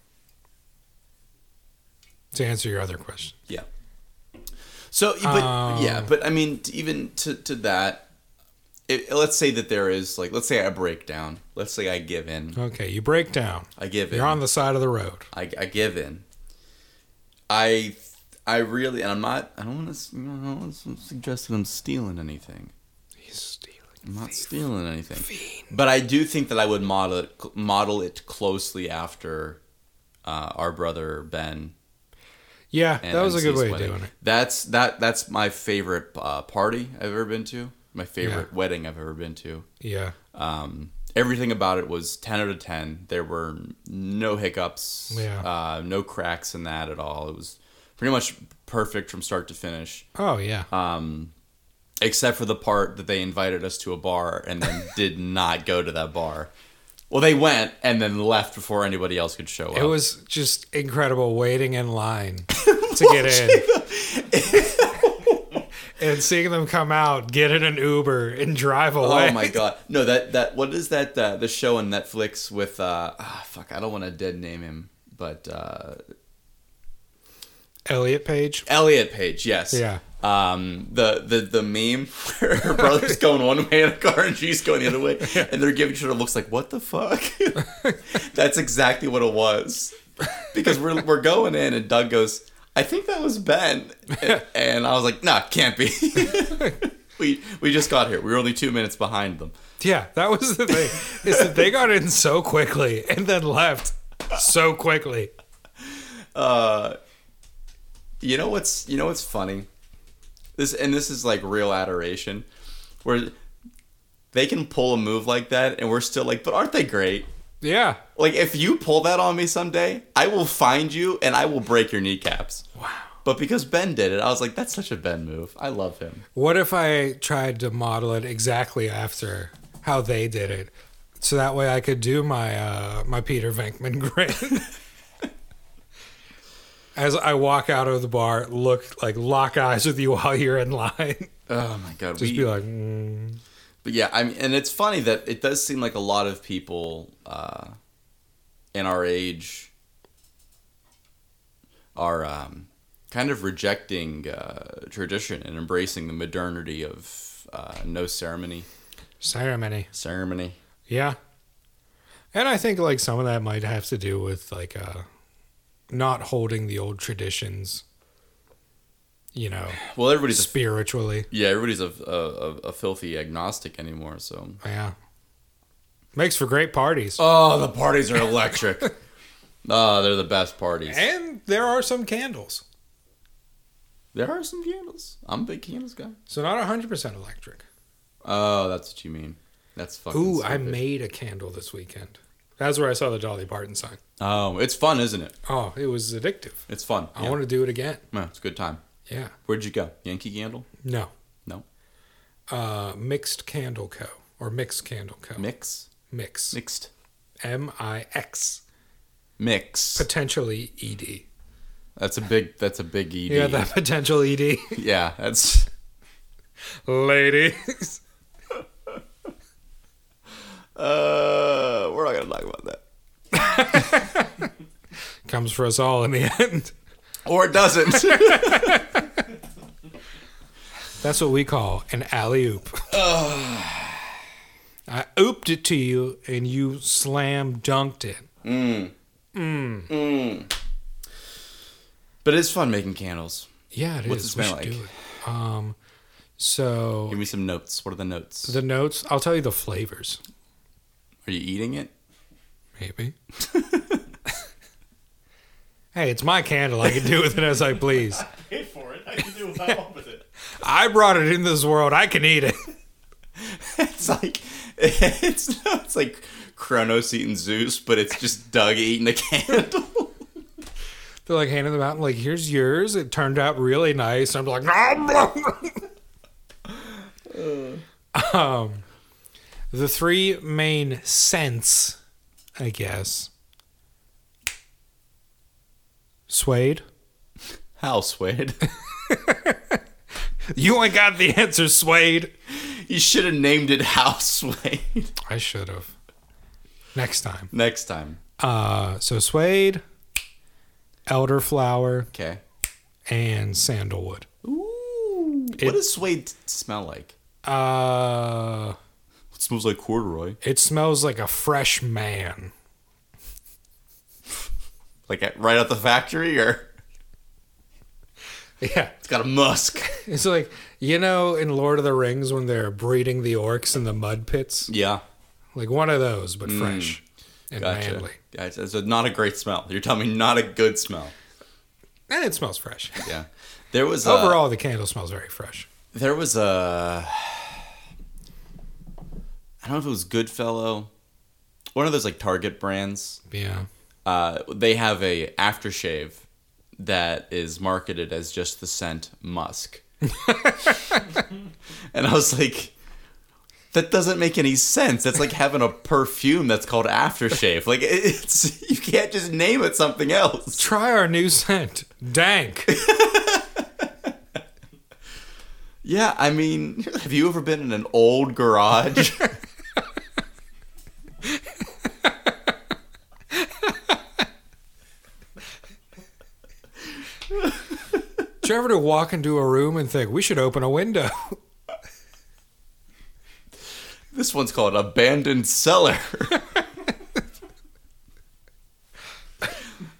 To answer your other question. Yeah. So, but Um, yeah, but I mean, t- even to to that, it, let's say that there is like, let's say I break down. Let's say I give in. Okay, you break down. I give in. You're on the side of the road. I, I give in. I I really, and I'm not. I don't want to. I don't want to suggest that I'm stealing anything. He's stealing. I'm not stealing anything. But I do think that I would model it, model it closely after uh, our brother Ben. Yeah, And that was a good MC's way wedding. of doing it. That's that. That's my favorite uh, party I've ever been to. My favorite wedding I've ever been to. Yeah. Um, everything about it was ten out of ten. There were no hiccups. Yeah. Uh, no cracks in that at all. It was pretty much perfect from start to finish Oh yeah. um, except for the part that they invited us to a bar and then did not go to that bar. Well, they went and then left before anybody else could show up. it was just incredible waiting in line to get in. and seeing them come out, get in an Uber and drive away. oh my god! No, that that what is that uh, the show on Netflix with uh ah, fuck? I don't want to dead name him, but uh, Elliot Page. Elliot Page. Yes. Yeah. Um, the, the the meme where her brother's going one way in a car and she's going the other way, and they're giving each other looks like what the fuck. That's exactly what it was, because we're we're going in and Doug goes, I think that was Ben, and I was like, Nah, can't be. we we just got here. We were only two minutes behind them. Yeah, that was the thing. is that they got in so quickly and then left so quickly. Uh, you know what's you know what's funny this and this is like real adoration where they can pull a move like that and we're still like but aren't they great Yeah. like if you pull that on me someday i will find you and i will break your kneecaps wow but because ben did it i was like that's such a ben move i love him What if I tried to model it exactly after how they did it? So that way I could do my uh, my Peter Venkman grin. As I walk out of the bar, look like lock eyes with you while you're in line. oh my god Just we- be like, mm. But yeah, I mean, and it's funny that it does seem like a lot of people uh, in our age are um, kind of rejecting uh, tradition and embracing the modernity of uh, no ceremony. ceremony. Ceremony. Yeah. And I think like some of that might have to do with like uh not holding the old traditions, you know, Well, everybody's a, spiritually. yeah, everybody's a, a, a, a filthy agnostic anymore. So. Yeah. Makes for great parties. Oh, the parties are electric. oh, they're the best parties. And there are some candles. There are some candles. I'm a big candles guy. So not 100% electric. Oh, that's what you mean. That's fucking. Ooh, I stupid. made a candle this weekend. That's where I saw the Dolly Parton sign. Oh, it's fun, isn't it? Oh, it was addictive. It's fun. I want to do it again. Yeah, it's a good time. Yeah. Where'd you go? Yankee Candle? No. No. Uh, Mixed Candle Co. Or Mixed Candle Co. Mix? Mix. Mixed. M I X. mix. Potentially E ED. That's a big. That's a big ED. Yeah, that potential E ED. yeah, that's Ladies. uh, we're not gonna talk about that, Comes for us all in the end. or it doesn't. That's what we call an alley oop. I ooped it to you and you slam dunked it. but it's fun making candles. Yeah, it is. What's it We smell should like? it. Um, so Give me some notes. What are the notes? the notes, I'll tell you the flavors, Are you eating it? maybe. hey, it's my candle. I can do with it as I please. Paid for it. I can do what I want with it. I brought it in this world. I can eat it. It's like it's it's like Kronos eating Zeus, but it's just Doug eating a candle. They're like handing them out and like, here's yours. It turned out really nice. I'm like, nom, nom. um, the three main scents, I guess. Suede. House Wade. You ain't got the answer, Suede. You should have named it House Wade. I should have. Next time. Next time. Uh, so suede, elderflower, Okay. and sandalwood. Ooh. It- what does suede smell like? Uh, It smells like corduroy. it smells like a fresh man. Like at, right out the factory, or Yeah. it's got a musk. It's like you know in Lord of the Rings when they're breeding the orcs in the mud pits, Yeah. like one of those, but fresh and Gotcha. manly, Gotcha. It's a, not a great smell. You're telling me not a good smell. and it smells fresh. Yeah. There was a- Overall, the candle smells very fresh. There was a. I don't know if it was Goodfellow, one of those like Target brands. Yeah, Uh, they have a aftershave that is marketed as just the scent musk, and I was like, that doesn't make any sense. That's like having a perfume that's called aftershave. Like it- it's you can't just name it something else. try our new scent, Dank. Yeah, I mean, have you ever been in an old garage? Did you ever to walk into a room and think we should open a window? This one's called Abandoned Cellar.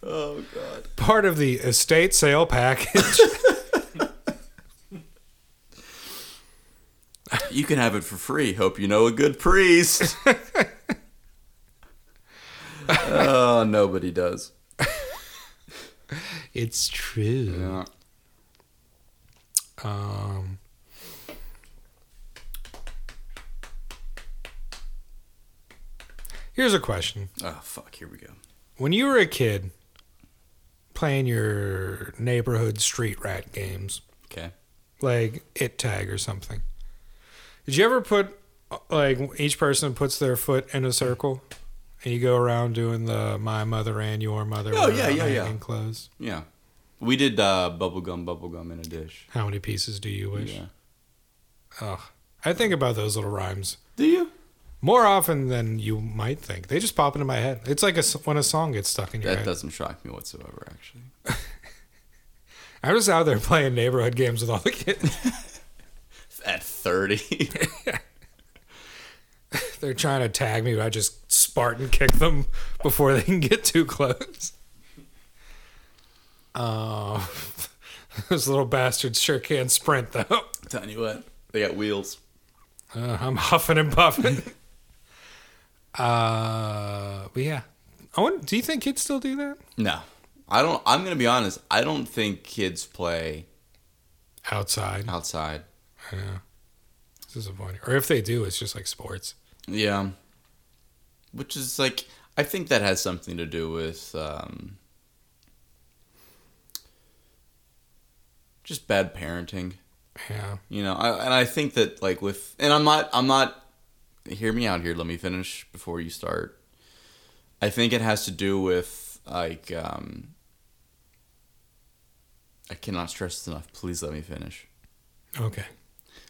oh god. Part of the estate sale package. You can have it for free. Hope you know a good priest. oh, nobody does. it's Yeah. true. Um, here's a question. Oh fuck, here we go. when you were a kid playing your neighborhood street rat games Okay. like it tag or something did you ever put like each person puts their foot in a circle and you go around doing the my mother and your mother Oh, were yeah, on yeah, yeah. hanging clothes Yeah. We did uh bubblegum bubblegum in a dish. how many pieces do you wish Yeah. Ugh. i think about those little rhymes Do you? more often than you might think they just pop into my head it's like a s when a song gets stuck in your That head doesn't shock me whatsoever actually. i was out there playing neighborhood games with all the kids At 30. They're trying to tag me, but I just Spartan kick them before they can get too close. Uh, those little bastards sure can sprint, though. Telling you what. They got wheels. Uh, I'm huffing and puffing. uh, but yeah. I wonder, do you think kids still do that? No. I don't I'm going to be honest, I don't think kids play Outside. outside. Yeah. It's disappointing. Or if they do, it's just like sports. Yeah. Which is like, I think that has something to do with um, just bad parenting, Yeah. you know. I, and I think that like with, and I'm not, I'm not. Hear me out here. Let me finish before you start. I think it has to do with like um I cannot stress this enough. Please let me finish. Okay.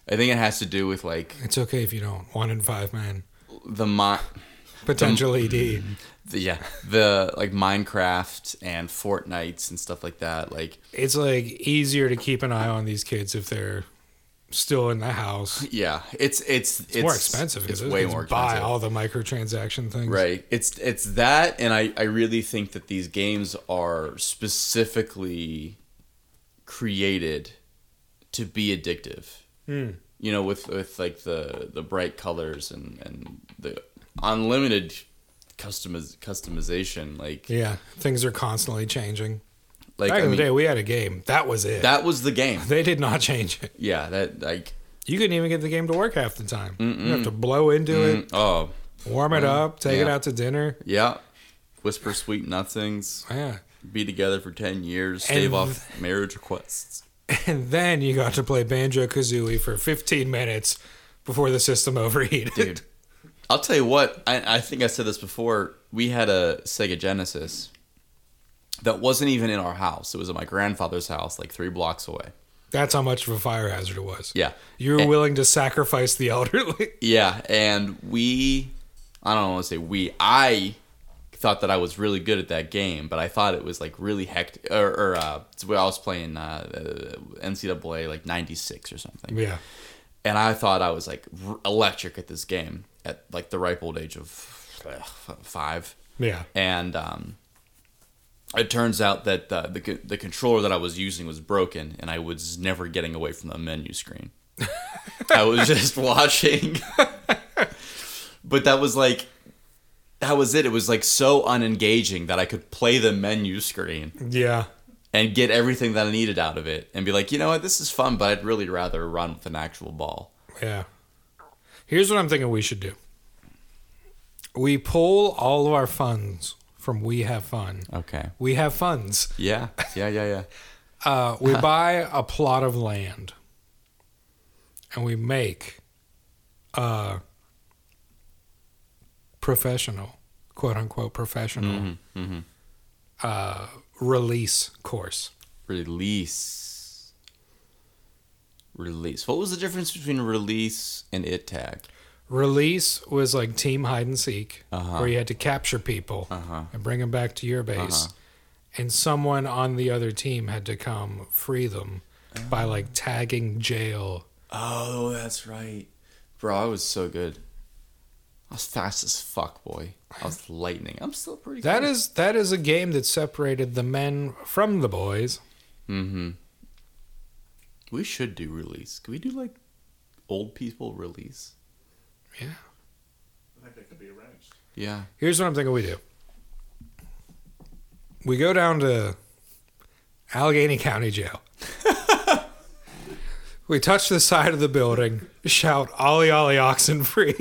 I think it has to do with like It's okay if you don't. One in five men. the mi- Potential E ED. the, yeah, the like Minecraft and Fortnites and stuff like that. Like It's like easier to keep an eye on these kids if they're still in the house. It's, yeah, it's it's it's, more expensive. 'cause It's those way kids more Buy expensive. all the microtransaction things. Right. It's it's that, and I I really think that these games are specifically created to be addictive. Hmm. You know, with with like the the bright colors and and the unlimited customiz customization. Like Yeah. Things are constantly changing. like I Back in the mean, day, we had a game. That was it. that was the game. they did not change it. Yeah. That like You couldn't even get the game to work half the time. You have to blow into mm, oh it, warm it up, take it yeah. out to dinner. yeah. Whisper sweet nothings. Yeah. Be together for ten years. Stave And- off marriage requests. And then you got to play Banjo Kazooie for 15 minutes before the system overheated. dude. I'll tell you what. I, I think I said this before. We had a Sega Genesis that wasn't even in our house. It was at my grandfather's house, like three blocks away. That's how much of a fire hazard it was. Yeah, You were Eh. willing to sacrifice the elderly. yeah. And we, I don't want to say we. I thought that I was really good at that game, but I thought it was like really hectic. Or, or uh, it's when I was playing uh, uh, NCAA like '96 or something. yeah. and I thought I was like r- electric at this game at like the ripe old age of uh, f- five. Yeah. And um, it turns out that the, the co- the controller that I was using was broken, and I was never getting away from the menu screen. I was just watching, but that was like. That was it. It was like so unengaging that I could play the menu screen Yeah. and get everything that I needed out of it and be like, you know what, this is fun, but I'd really rather run with an actual ball. Yeah. Here's what I'm thinking we should do. We pull all of our funds from We Have Fun. Okay. We have funds. Yeah, yeah, yeah, yeah. Uh, we buy a plot of land and we make a professional, quote unquote, professional Mm-hmm, Uh, release course. Release. Release. What was the difference between release and it tag? Release was like team hide and seek, Uh-huh. where you had to capture people Uh-huh. and bring them back to your base, and someone on the other team had to come free them by like tagging jail. Oh, that's right. Bro, I was so good. I was fast as fuck, boy. I was lightning. I'm still pretty That good. is that is a game that separated the men from the boys. Mm-hmm. We should do release. Can we do like old people release? Yeah. I think that could be arranged. Yeah. Here's what I'm thinking we do. We go down to Allegheny County Jail. we touch the side of the building, shout "Ollie Ollie Oxen Free."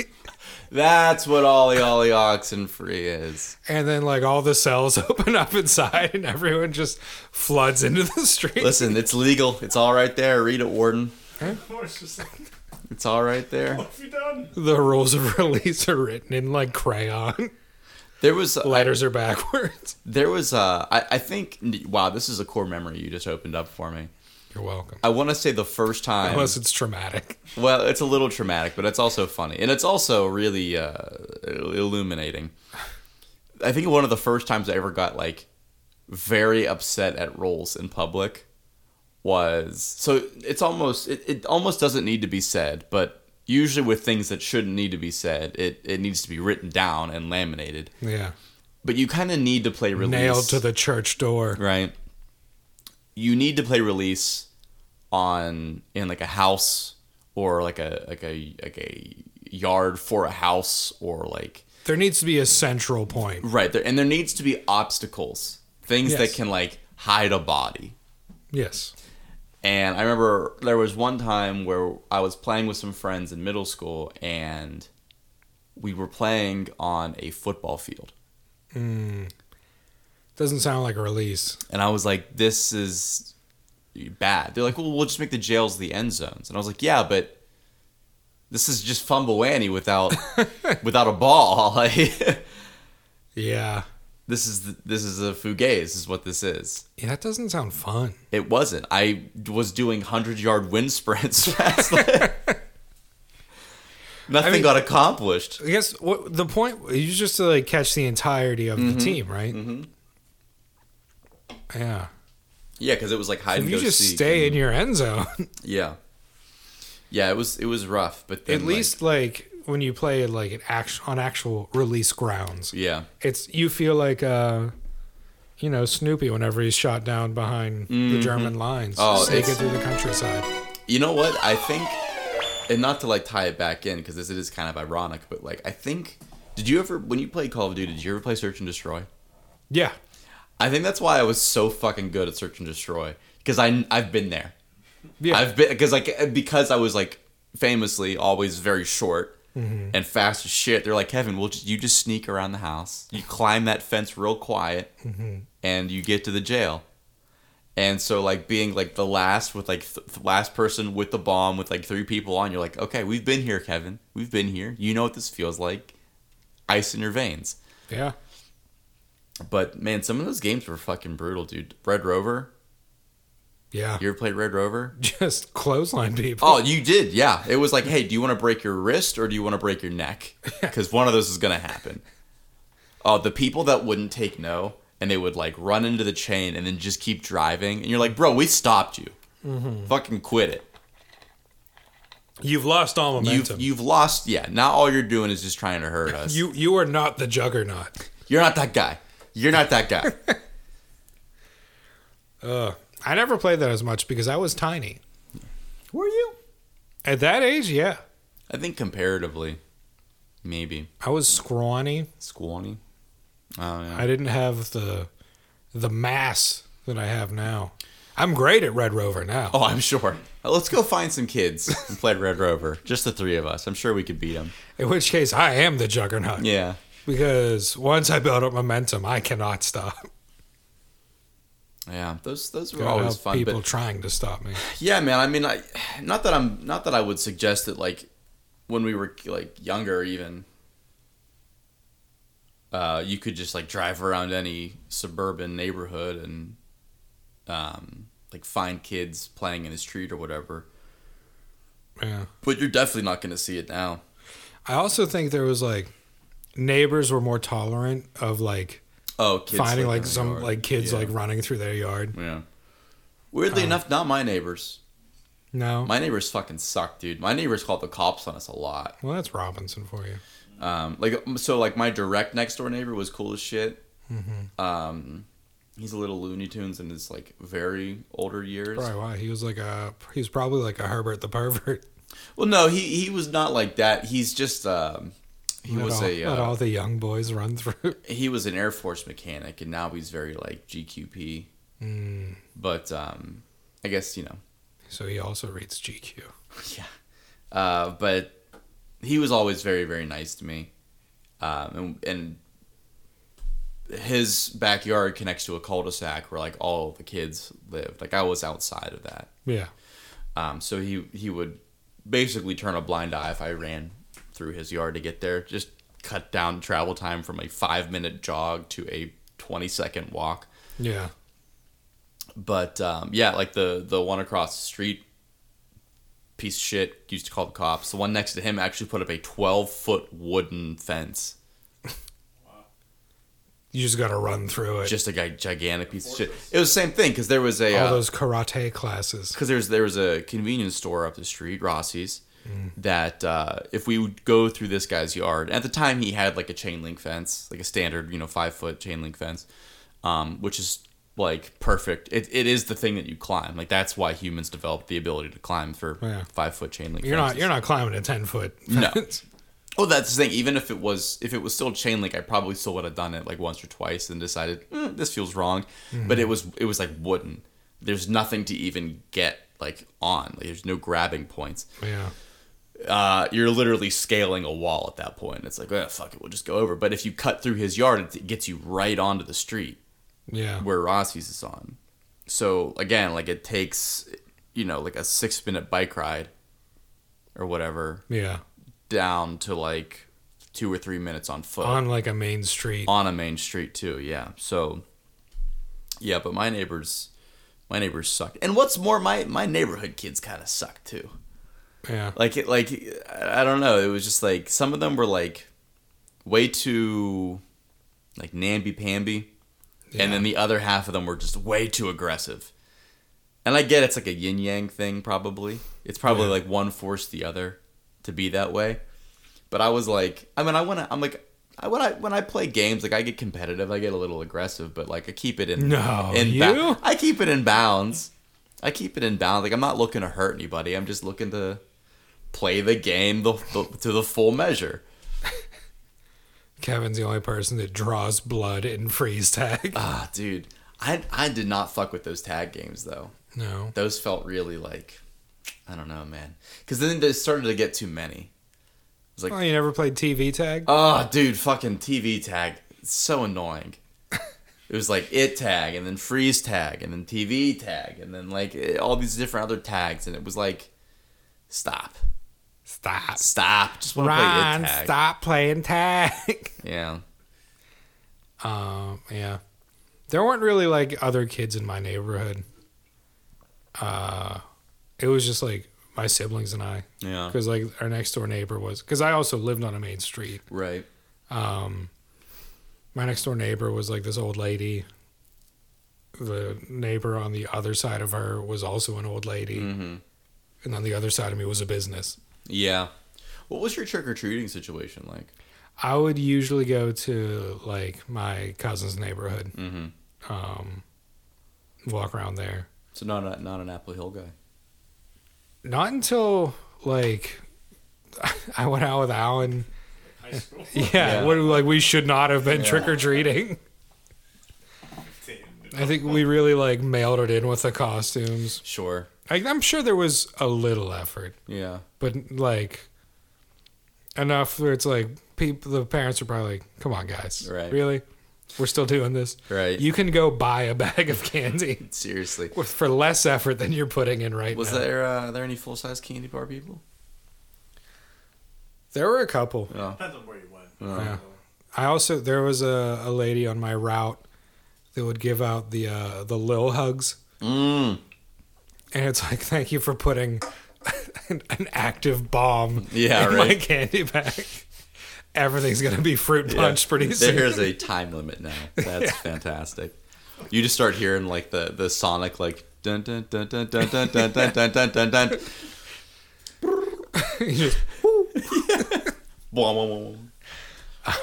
That's what Ollie Ollie Oxen Free is. And then like all the cells open up inside and everyone just floods into the street. Listen, it's legal. It's all right there. Read it, Warden. Of course, just like, It's all right there. what have you done? The rules of release are written in like crayon. There was uh, Letters are backwards. There was, uh, I, I think, wow, this is a core memory you just opened up for me. You're welcome. I want to say the first time. Unless it's traumatic. well, it's a little traumatic, but it's also funny. And it's also really uh, illuminating. I think one of the first times I ever got, like, very upset at roles in public was so it's almost it, it almost doesn't need to be said but usually with things that shouldn't need to be said it, it needs to be written down and laminated Yeah. but you kind of need to play release Nailed to the church door. right? You need to play release on in like a house or like a like a like a yard for a house or like There needs to be a central point. right there and there needs to be obstacles, things that Yes. can like hide a body. Yes. And I remember there was one time where I was playing with some friends in middle school and we were playing on a football field. Doesn't sound like a release. And I was like, this is bad. They're like, well, we'll just make the jails the end zones. And I was like, yeah, but this is just fumble Annie without without a ball. Like, Yeah. this is the, this is a fugazi. This is what this is. Yeah, that doesn't sound fun. It wasn't. I was doing hundred yard wind sprints fast. Nothing mean- got accomplished. I guess what the point is just to like catch the entirety of Mm-hmm. the team, right? Yeah. Yeah, because it was like hide If and you go just seek stay and- in your end zone, Yeah. Yeah, it was it was rough, but then at least like when you play like at act- on actual release grounds, like, yeah, it's you feel like uh, you know Snoopy whenever he's shot down behind the German lines, Mm-hmm. Oh, sneaking it's- through the countryside. you know what I think, and not to like tie it back in because this it is kind of ironic, but like I think, did you ever when you played Call of Duty, did you ever play Search and Destroy? Yeah, I think that's why I was so fucking good at Search and Destroy because I I've been there. yeah. I've been because like because I was like famously always very short and fast as shit. They're like Kevin, we'll just, you just sneak around the house, you climb that fence real quiet, and you get to the jail. And so like being like the last with like th- th- last person with the bomb with like three people on, you're like, okay, we've been here, Kevin, we've been here. You know what this feels like, ice in your veins. yeah. But man, some of those games were fucking brutal, dude. Red Rover, Yeah. you ever played Red Rover? just clothesline people. Oh, you did, yeah. It was like, hey, do you want to break your wrist or do you want to break your neck? Because one of those is gonna happen. Oh, the people that wouldn't take no and they would like run into the chain and then just keep driving, and you're like, bro, we stopped you. Mm-hmm. Fucking quit it. You've lost all momentum. Oh, You've you've lost. Yeah, now all you're doing is just trying to hurt us. you you are not the juggernaut. You're not that guy. You're not that guy. I never played that as much because I was tiny. Were you? At that age, yeah. I think comparatively, maybe I was scrawny. scrawny. Oh yeah. I didn't have the the mass that I have now. I'm great at Red Rover now. Oh, I'm sure. Uh, Let's go find some kids and play Red Rover. Just the three of us. I'm sure we could beat them. In which case, I am the juggernaut. Yeah. Because once I build up momentum, I cannot stop. Yeah. Those those were I always have fun. people But trying to stop me. yeah, man. I mean, I not that I'm not that I would suggest that like when we were like younger even. Uh, you could just like drive around any suburban neighborhood and um, like find kids playing in the street or whatever. Yeah. But you're definitely not going to see it now. I also think there was like neighbors were more tolerant of like Oh, kids finding like in the some yard. like kids Yeah. like running through their yard. yeah. Weirdly enough, not my neighbors. No. My neighbors fucking suck, dude. My neighbors called the cops on us a lot. well, that's Robinson for you. Um, like so, like my direct next door neighbor was cool as shit. Um, he's a little Looney Tunes in his like very older years. Probably why he was like a he was probably like a Herbert the pervert. Well, no, he he was not like that. He's just um, he Let was all, a let all uh, the young boys run through. he was an Air Force mechanic, and now he's very like GQP. But um, I guess you know So he also reads GQ. Uh, but he was always very, very nice to me. Um, and, and his backyard connects to a cul-de-sac where like all the kids lived. Like I was outside of that. Yeah. Um, so he he would basically turn a blind eye if I ran through his yard to get there. Just cut down travel time from a five minute jog to a twenty second walk Yeah. but um, yeah, like the the one across the street, piece of shit used to call the cops. The one next to him actually put up a twelve foot wooden fence, You just got to run through it. just a gi- gigantic piece of shit. It was the same thing because there was a all uh, those karate classes. because there's there was a convenience store up the street, Rossi's, Mm. that uh, if we would go through this guy's yard at the time, he had like a chain link fence, like a standard you know five foot chain link fence, um, which is like perfect. It, it is the thing that you climb. Like that's why humans developed the ability to climb for Yeah. five foot chain link. You're not fences. you're not climbing a 10 foot No. fence. Oh, that's the thing. Even if it was if it was still chain link, I probably still would have done it like once or twice and decided "Mm, this feels wrong. But it was it was like wooden. There's nothing to even get like on. Like, there's no grabbing points. Yeah. Uh, you're literally scaling a wall at that point. It's like oh fuck it, we'll just go over. But if you cut through his yard, it gets you right onto the street Yeah. where Rossi's is on. So again, like it takes you know like a six minute bike ride or whatever Yeah. down to like two or three minutes on foot on like a main street. on a main street too. Yeah. So, yeah, but my neighbors, my neighbors sucked. And what's more, my my neighborhood kids kind of sucked too. Yeah. Like it, like I I don't know. It was just like some of them were like way too like namby pamby, Yeah. and then the other half of them were just way too aggressive. And I get it's like a yin yang thing, probably. It's probably Yeah. like one forced the other to be that way. But I was like, I mean, I want to. I'm like, I when I when I play games, like I get competitive, I get a little aggressive, but like I keep it in. No, in you? ba- I keep it in bounds. I keep it in bounds. Like I'm not looking to hurt anybody. I'm just looking to play the game the, the, to the full measure. Kevin's the only person that draws blood in freeze tag. Ah, dude, I I did not fuck with those tag games though. No. Those felt really like, I don't know, man. Because then they started to get too many. It's like, Well, you never played TV tag? Oh, dude, fucking TV tag. It's so annoying. it was like it tag and then freeze tag and then TV tag and then like eh, all these different other tags and it was like stop. Stop. Stop. Just want to play Ron, it tag. stop playing tag. Yeah. Um, yeah. There weren't really like other kids in my neighborhood. Uh, it was just like my siblings and I, Yeah. because like our next door neighbor was, because I also lived on a main street. Right. My next door neighbor was like this old lady. The neighbor on the other side of her was also an old lady, Mhm. and on the other side of me was a business. Yeah. What was your trick or treating situation like? I would usually go to like my cousin's neighborhood, Mhm. um, walk around there. So not a, not an Apple Hill guy. not until like I went out with Alan. High school. Yeah, Yeah. what- like we should not have been trick or treating. Damn, dude. I think we really like mailed it in with the costumes. Sure. I, I'm sure there was a little effort, Yeah. but like enough where it's like people, the parents are probably like, "Come on, guys, Right. really." We're still doing this. Right. You can go buy a bag of candy Seriously. with, for less effort than you're putting in right Was now. there uh, there any full size candy bar people? there were a couple. No. Depends on where you went. Yeah. I also there was a, a lady on my route that would give out the uh, the lil hugs, Mm. and it's like thank you for putting an, an active bomb Yeah, in my right. candy bag. Everything's gonna be fruit Yeah. punch pretty soon. There is a time limit now. That's fantastic. You just start hearing like the the sonic like dun dun dun dun dun dun dun dun dun dun dun dun. You just- Wah, wah, wah,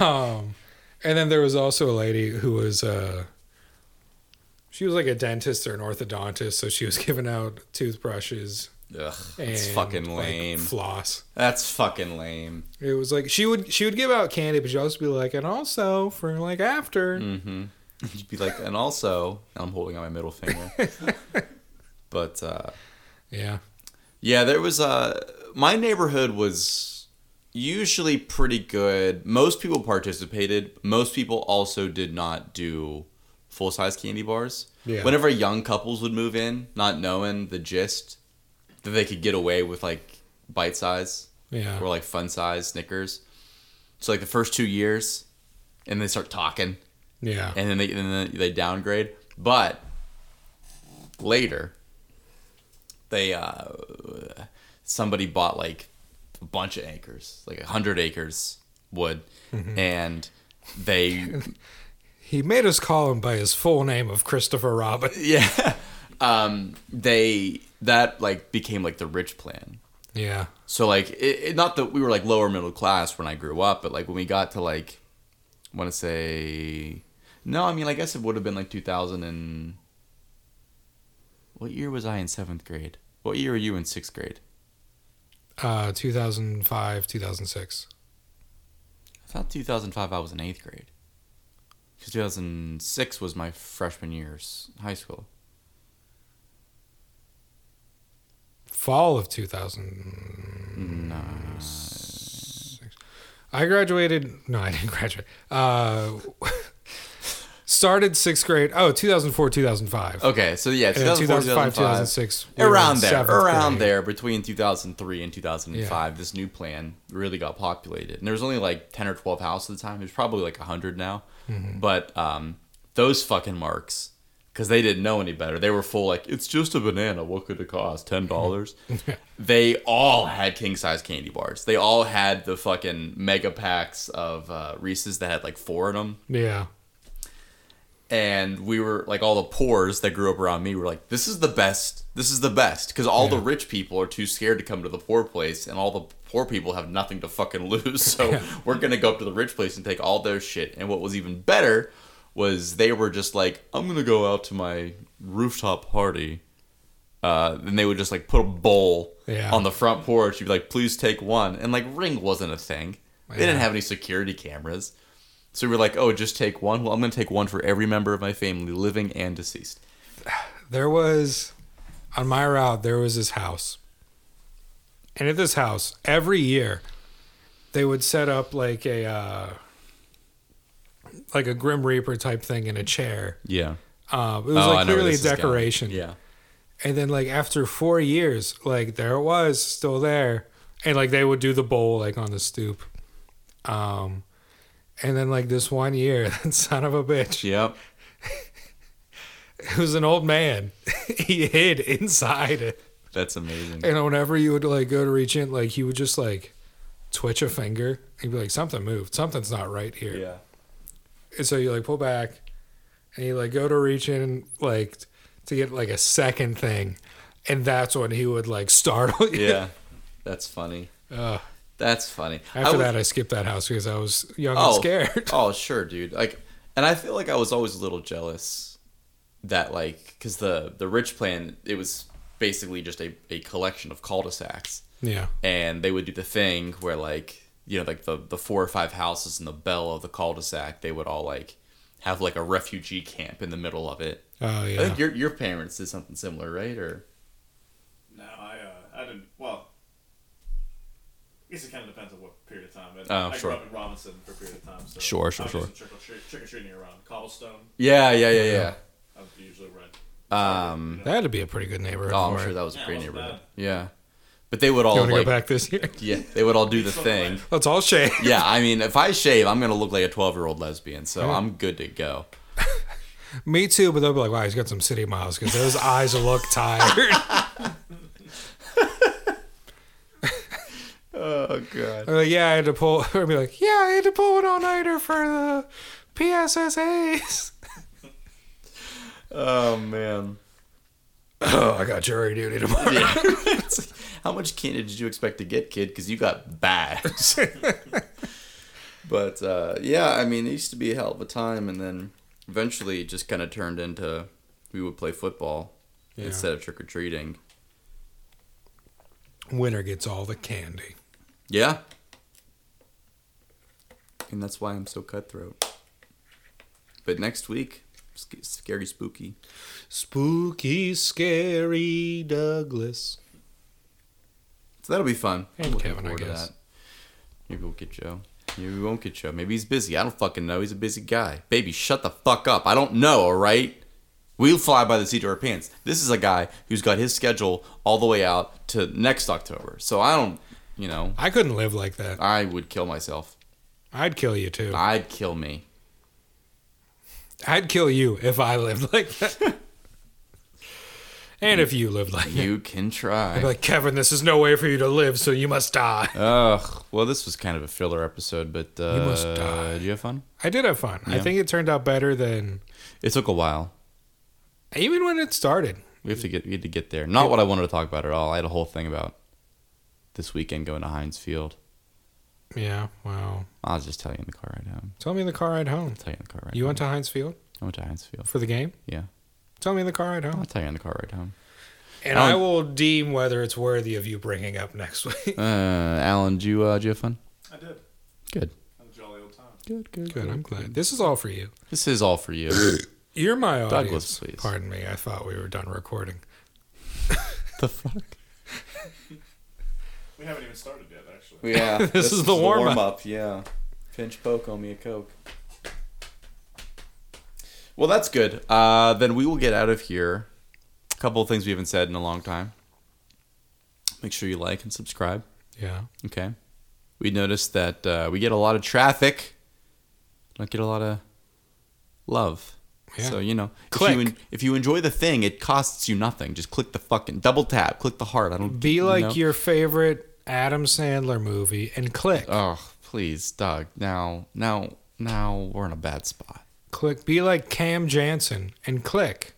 wah. um, and then there was also a lady who was uh, she was like a dentist or an orthodontist, so she was giving out toothbrushes Ugh, and that's fucking like, lame. floss. That's fucking lame. It was like she would she would give out candy, but she'd also be like, and also for like after. Mm-hmm. You'd be like, and also, I'm holding out my middle finger. but uh, Yeah. Yeah, there was uh my neighborhood was usually pretty good. Most people participated. Most people also did not do full size candy bars. Yeah. Whenever young couples would move in, not knowing the gist that they could get away with like bite size Yeah. or like fun size Snickers. So like the first two years, and they start talking yeah. and then they and then they downgrade. But later, they uh, somebody bought like a bunch of acres, like a hundred acres wood, and they He made us call him by his full name of Christopher Robin. yeah, um, they that like became like the rich plan. Yeah. So like, it, it, not that we were like lower middle class when I grew up, but like when we got to like, I want to say, no, I mean, I guess it would have been like 2000 and what year was I in seventh grade? What year were you in sixth grade? Uh, 2005, 2006. I thought 2005 I was in eighth grade. Because 2006 was my freshman year's high school. Fall of 2000. I graduated. No, I didn't graduate. Uh, started sixth grade. Oh, 2004, 2005. Okay, so yeah, And then 2004, 2005, 2006. we were in around there, seventh around grade. there, between 2003 and 2005, this new plan really got populated. And there was only like 10 or 12 houses at the time. There's probably like 100 now. Mm-hmm. But um, those fucking marks, because they didn't know any better, they were full like, it's just a banana. What could it cost? $10? Mm-hmm. they all had king size candy bars. They all had the fucking mega packs of uh, Reese's that had like four in them Yeah. and we were like all the poors that grew up around me were like this is the best this is the best because all the rich people are too scared to come to the poor place and all the poor people have nothing to fucking lose so we're gonna go up to the rich place and take all their shit and what was even better was they were just like i'm gonna go out to my rooftop party uh, and they would just like put a bowl Yeah. on the front porch you'd be like please take one and like ring wasn't a thing they Yeah. didn't have any security cameras so we were like, oh, just take one. Well, I'm going to take one for every member of my family, living and deceased. there was on my route there was this house and at this house every year they would set up like a uh, like a grim reaper type thing in a chair Yeah. um, it was like clearly a decoration Yeah. and then like after four years like there it was still there and like they would do the bowl like on the stoop um and then like this one year that son of a bitch Yep. it was an old man he hid inside it That's amazing. And whenever you would like go to reach in, like he would just like twitch a finger and be like, "Something moved. Something's not right here." And so you like pull back, and you like go to reach in, like to get like a second thing, and that's when he would like startle you. Yeah. That's funny. Ugh. That's funny. After I was- that, I skipped that house because I was young and oh, scared. oh, sure, dude. Like, and I feel like I was always a little jealous that, like, because the, the rich plan, it was basically just a, a collection of cul-de-sacs. yeah, and they would do the thing where like you know like the the four or five houses in the bell of the cul-de-sac they would all like have like a refugee camp in the middle of it oh i yeah, think your your parents did something similar right or No, I uh, I didn't. Well, I guess it kind of depends on what period of time. But Oh, I sure. grew up in Robinson for a period of time. So Sure, sure, sure. Trick or treating around Cobblestone. yeah yeah yeah I would usually run. yeah um that'd be a pretty good neighborhood. oh i'm for sure it. that was a Yeah, great it wasn't neighborhood bad. yeah but they would all You want to like go back this year? yeah they would all do the thing Let's all shave. yeah i mean if i shave i'm gonna look like a 12 year old lesbian so i'm good to go Me too, but they'll be like, "Wow, he's got some city miles because those eyes look tired." oh god Or like, yeah, I had to pull. Or be like, yeah, I had to pull an all nighter for the PSSAs. oh man Oh, I got jury duty tomorrow. Yeah. It's like, How much candy did you expect to get, kid? Because you got bags. but uh, yeah, I mean, it used to be a hell of a time, and then eventually it just kind of turned into we would play football Yeah. instead of trick or treating. Winner gets all the candy. Yeah. And that's why I'm so cutthroat. But next week, sc- scary spooky. Spooky, scary Douglas. So that'll be fun. And I'm looking Kevin, I forward to guess. Maybe we'll get Joe. Maybe we won't get Joe. Maybe he's busy. I don't fucking know. He's a busy guy. Baby, shut the fuck up. I don't know, all right? We'll fly by the seat of our pants. This is a guy who's got his schedule all the way out to next October. So I don't, you know, I couldn't live like that. I would kill myself. I'd kill you too. I'd kill me. I'd kill you if I lived like that. and if you lived like that. You can I'd try. be like, Kevin, this is no way for you to live, so you must die. Ugh. Well, this was kind of a filler episode, but uh, must die. Did you have fun? I did have fun. I Yeah. think it turned out better than It took a while. even when it started. We have to get we had to get there. Not what I wanted to talk about at all. I had a whole thing about this weekend going to Heinz Field. Yeah, wow. I'll just tell you in the car right now. I'll Tell me in the car ride home. tell you in the car right You home. went to Heinz Field I went to Heinz Field. for the game? Yeah. Tell me in the car ride I'll home. tell you in the car right home. And Alan- I will deem whether it's worthy of you bringing up next week. Uh, Alan, did you, uh, did you have fun? I did. Good. Had a jolly old time. Good, good, Good, I'm glad. This is all for you. This is all for you. You're my audience. Douglas, please. Pardon me. I thought we were done recording. the fuck? We haven't even started yet, actually. Yeah. this, is the warm-up. yeah. Pinch poke on me a Coke. Well, that's good. Uh, then we will get out of here. A couple of things we haven't said in a long time. Make sure you like and subscribe. Yeah. Okay. We noticed that uh, we get a lot of traffic. Don't get a lot of love. Yeah. So you know, Click. if you en- if you enjoy the thing, it costs you nothing. Just click the fucking double tap, click the heart. I don't Be you like know? your favorite Adam Sandler movie and click. Oh, please, Doug. Now, now, now we're in a bad spot. click. Be like Cam Jansen and click.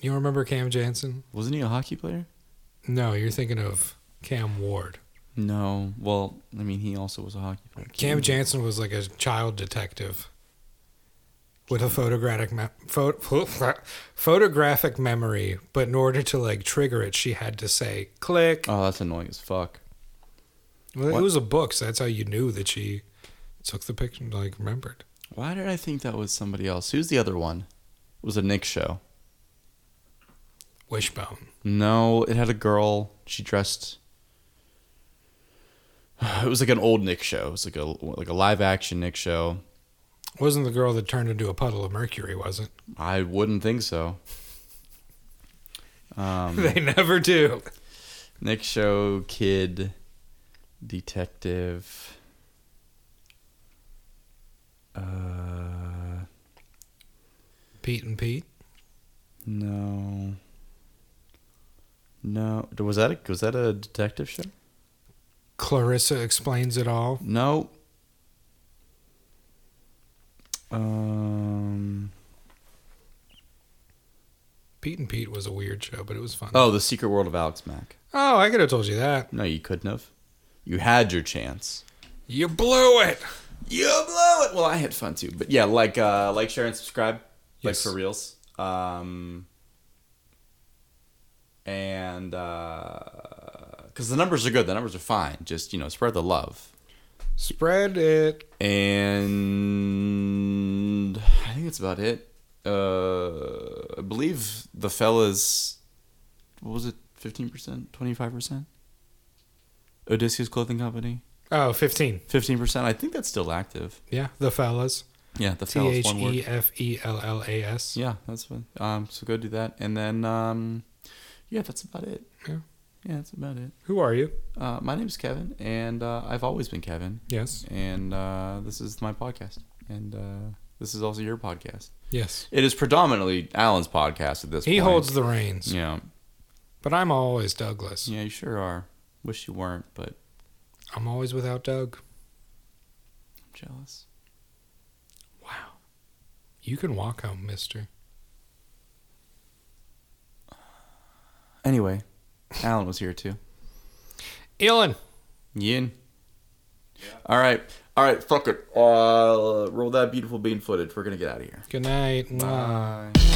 You remember Cam Jansen? Wasn't he a hockey player? No, you're thinking of Cam Ward. No. Well, I mean, he also was a hockey player. Cam Jansen was like a child detective with a photographic me- pho- photographic memory, but in order to like trigger it, she had to say click. Oh, that's annoying as fuck. well, it what? was a book, so that's how you knew that she took the picture and like remembered. Why did I think that was somebody else? Who's the other one? It was a Nick show. Wishbone. No, it had a girl. She dressed. It was like an old Nick show. It was like a like a live action Nick show. Wasn't the girl that turned into a puddle of mercury, was it? I wouldn't think so. Um, They never do. Nick Show Kid Detective. Uh, Pete and Pete. no. No, was that a, was that a detective show? Clarissa explains it all. No. Um. Pete and Pete was a weird show, but it was fun. Oh, the Secret World of Alex Mack. oh I could have told you that. No, you couldn't have. You had your chance. You blew it. You blow it. Well, I had fun too, but yeah, like uh, like share and subscribe, Yes. like for reals. Um, and because the numbers are good, the numbers are fine. Just you know, spread the love. Spread it. And I think that's about it. Uh, I believe the fellas, what was it, fifteen percent, twenty five percent? Odysseus Clothing Company, Oh, 15. fifteen percent. I think that's still active. Yeah, the fellas. Yeah, the T fellas. H One word. E F E L L A S. Yeah, that's fun. Um, so go do that, and then um, yeah, that's about it. Yeah. yeah, that's about it. Who are you? Uh, my name's Kevin, and uh, I've always been Kevin, Yes. and uh, this is my podcast, and uh, this is also your podcast. Yes. It is predominantly Alan's podcast at this He point. holds the reins, Yeah, but I'm always Douglas. yeah, you sure are. Wish you weren't, but I'm always without Doug. I'm jealous. Wow. You can walk home, mister. Anyway, Alan was here too. Elon. Yin. Yeah. All right, all right. Fuck it. Uh, roll that beautiful bean footage. We're gonna get out of here. Good night. Mwah. Bye.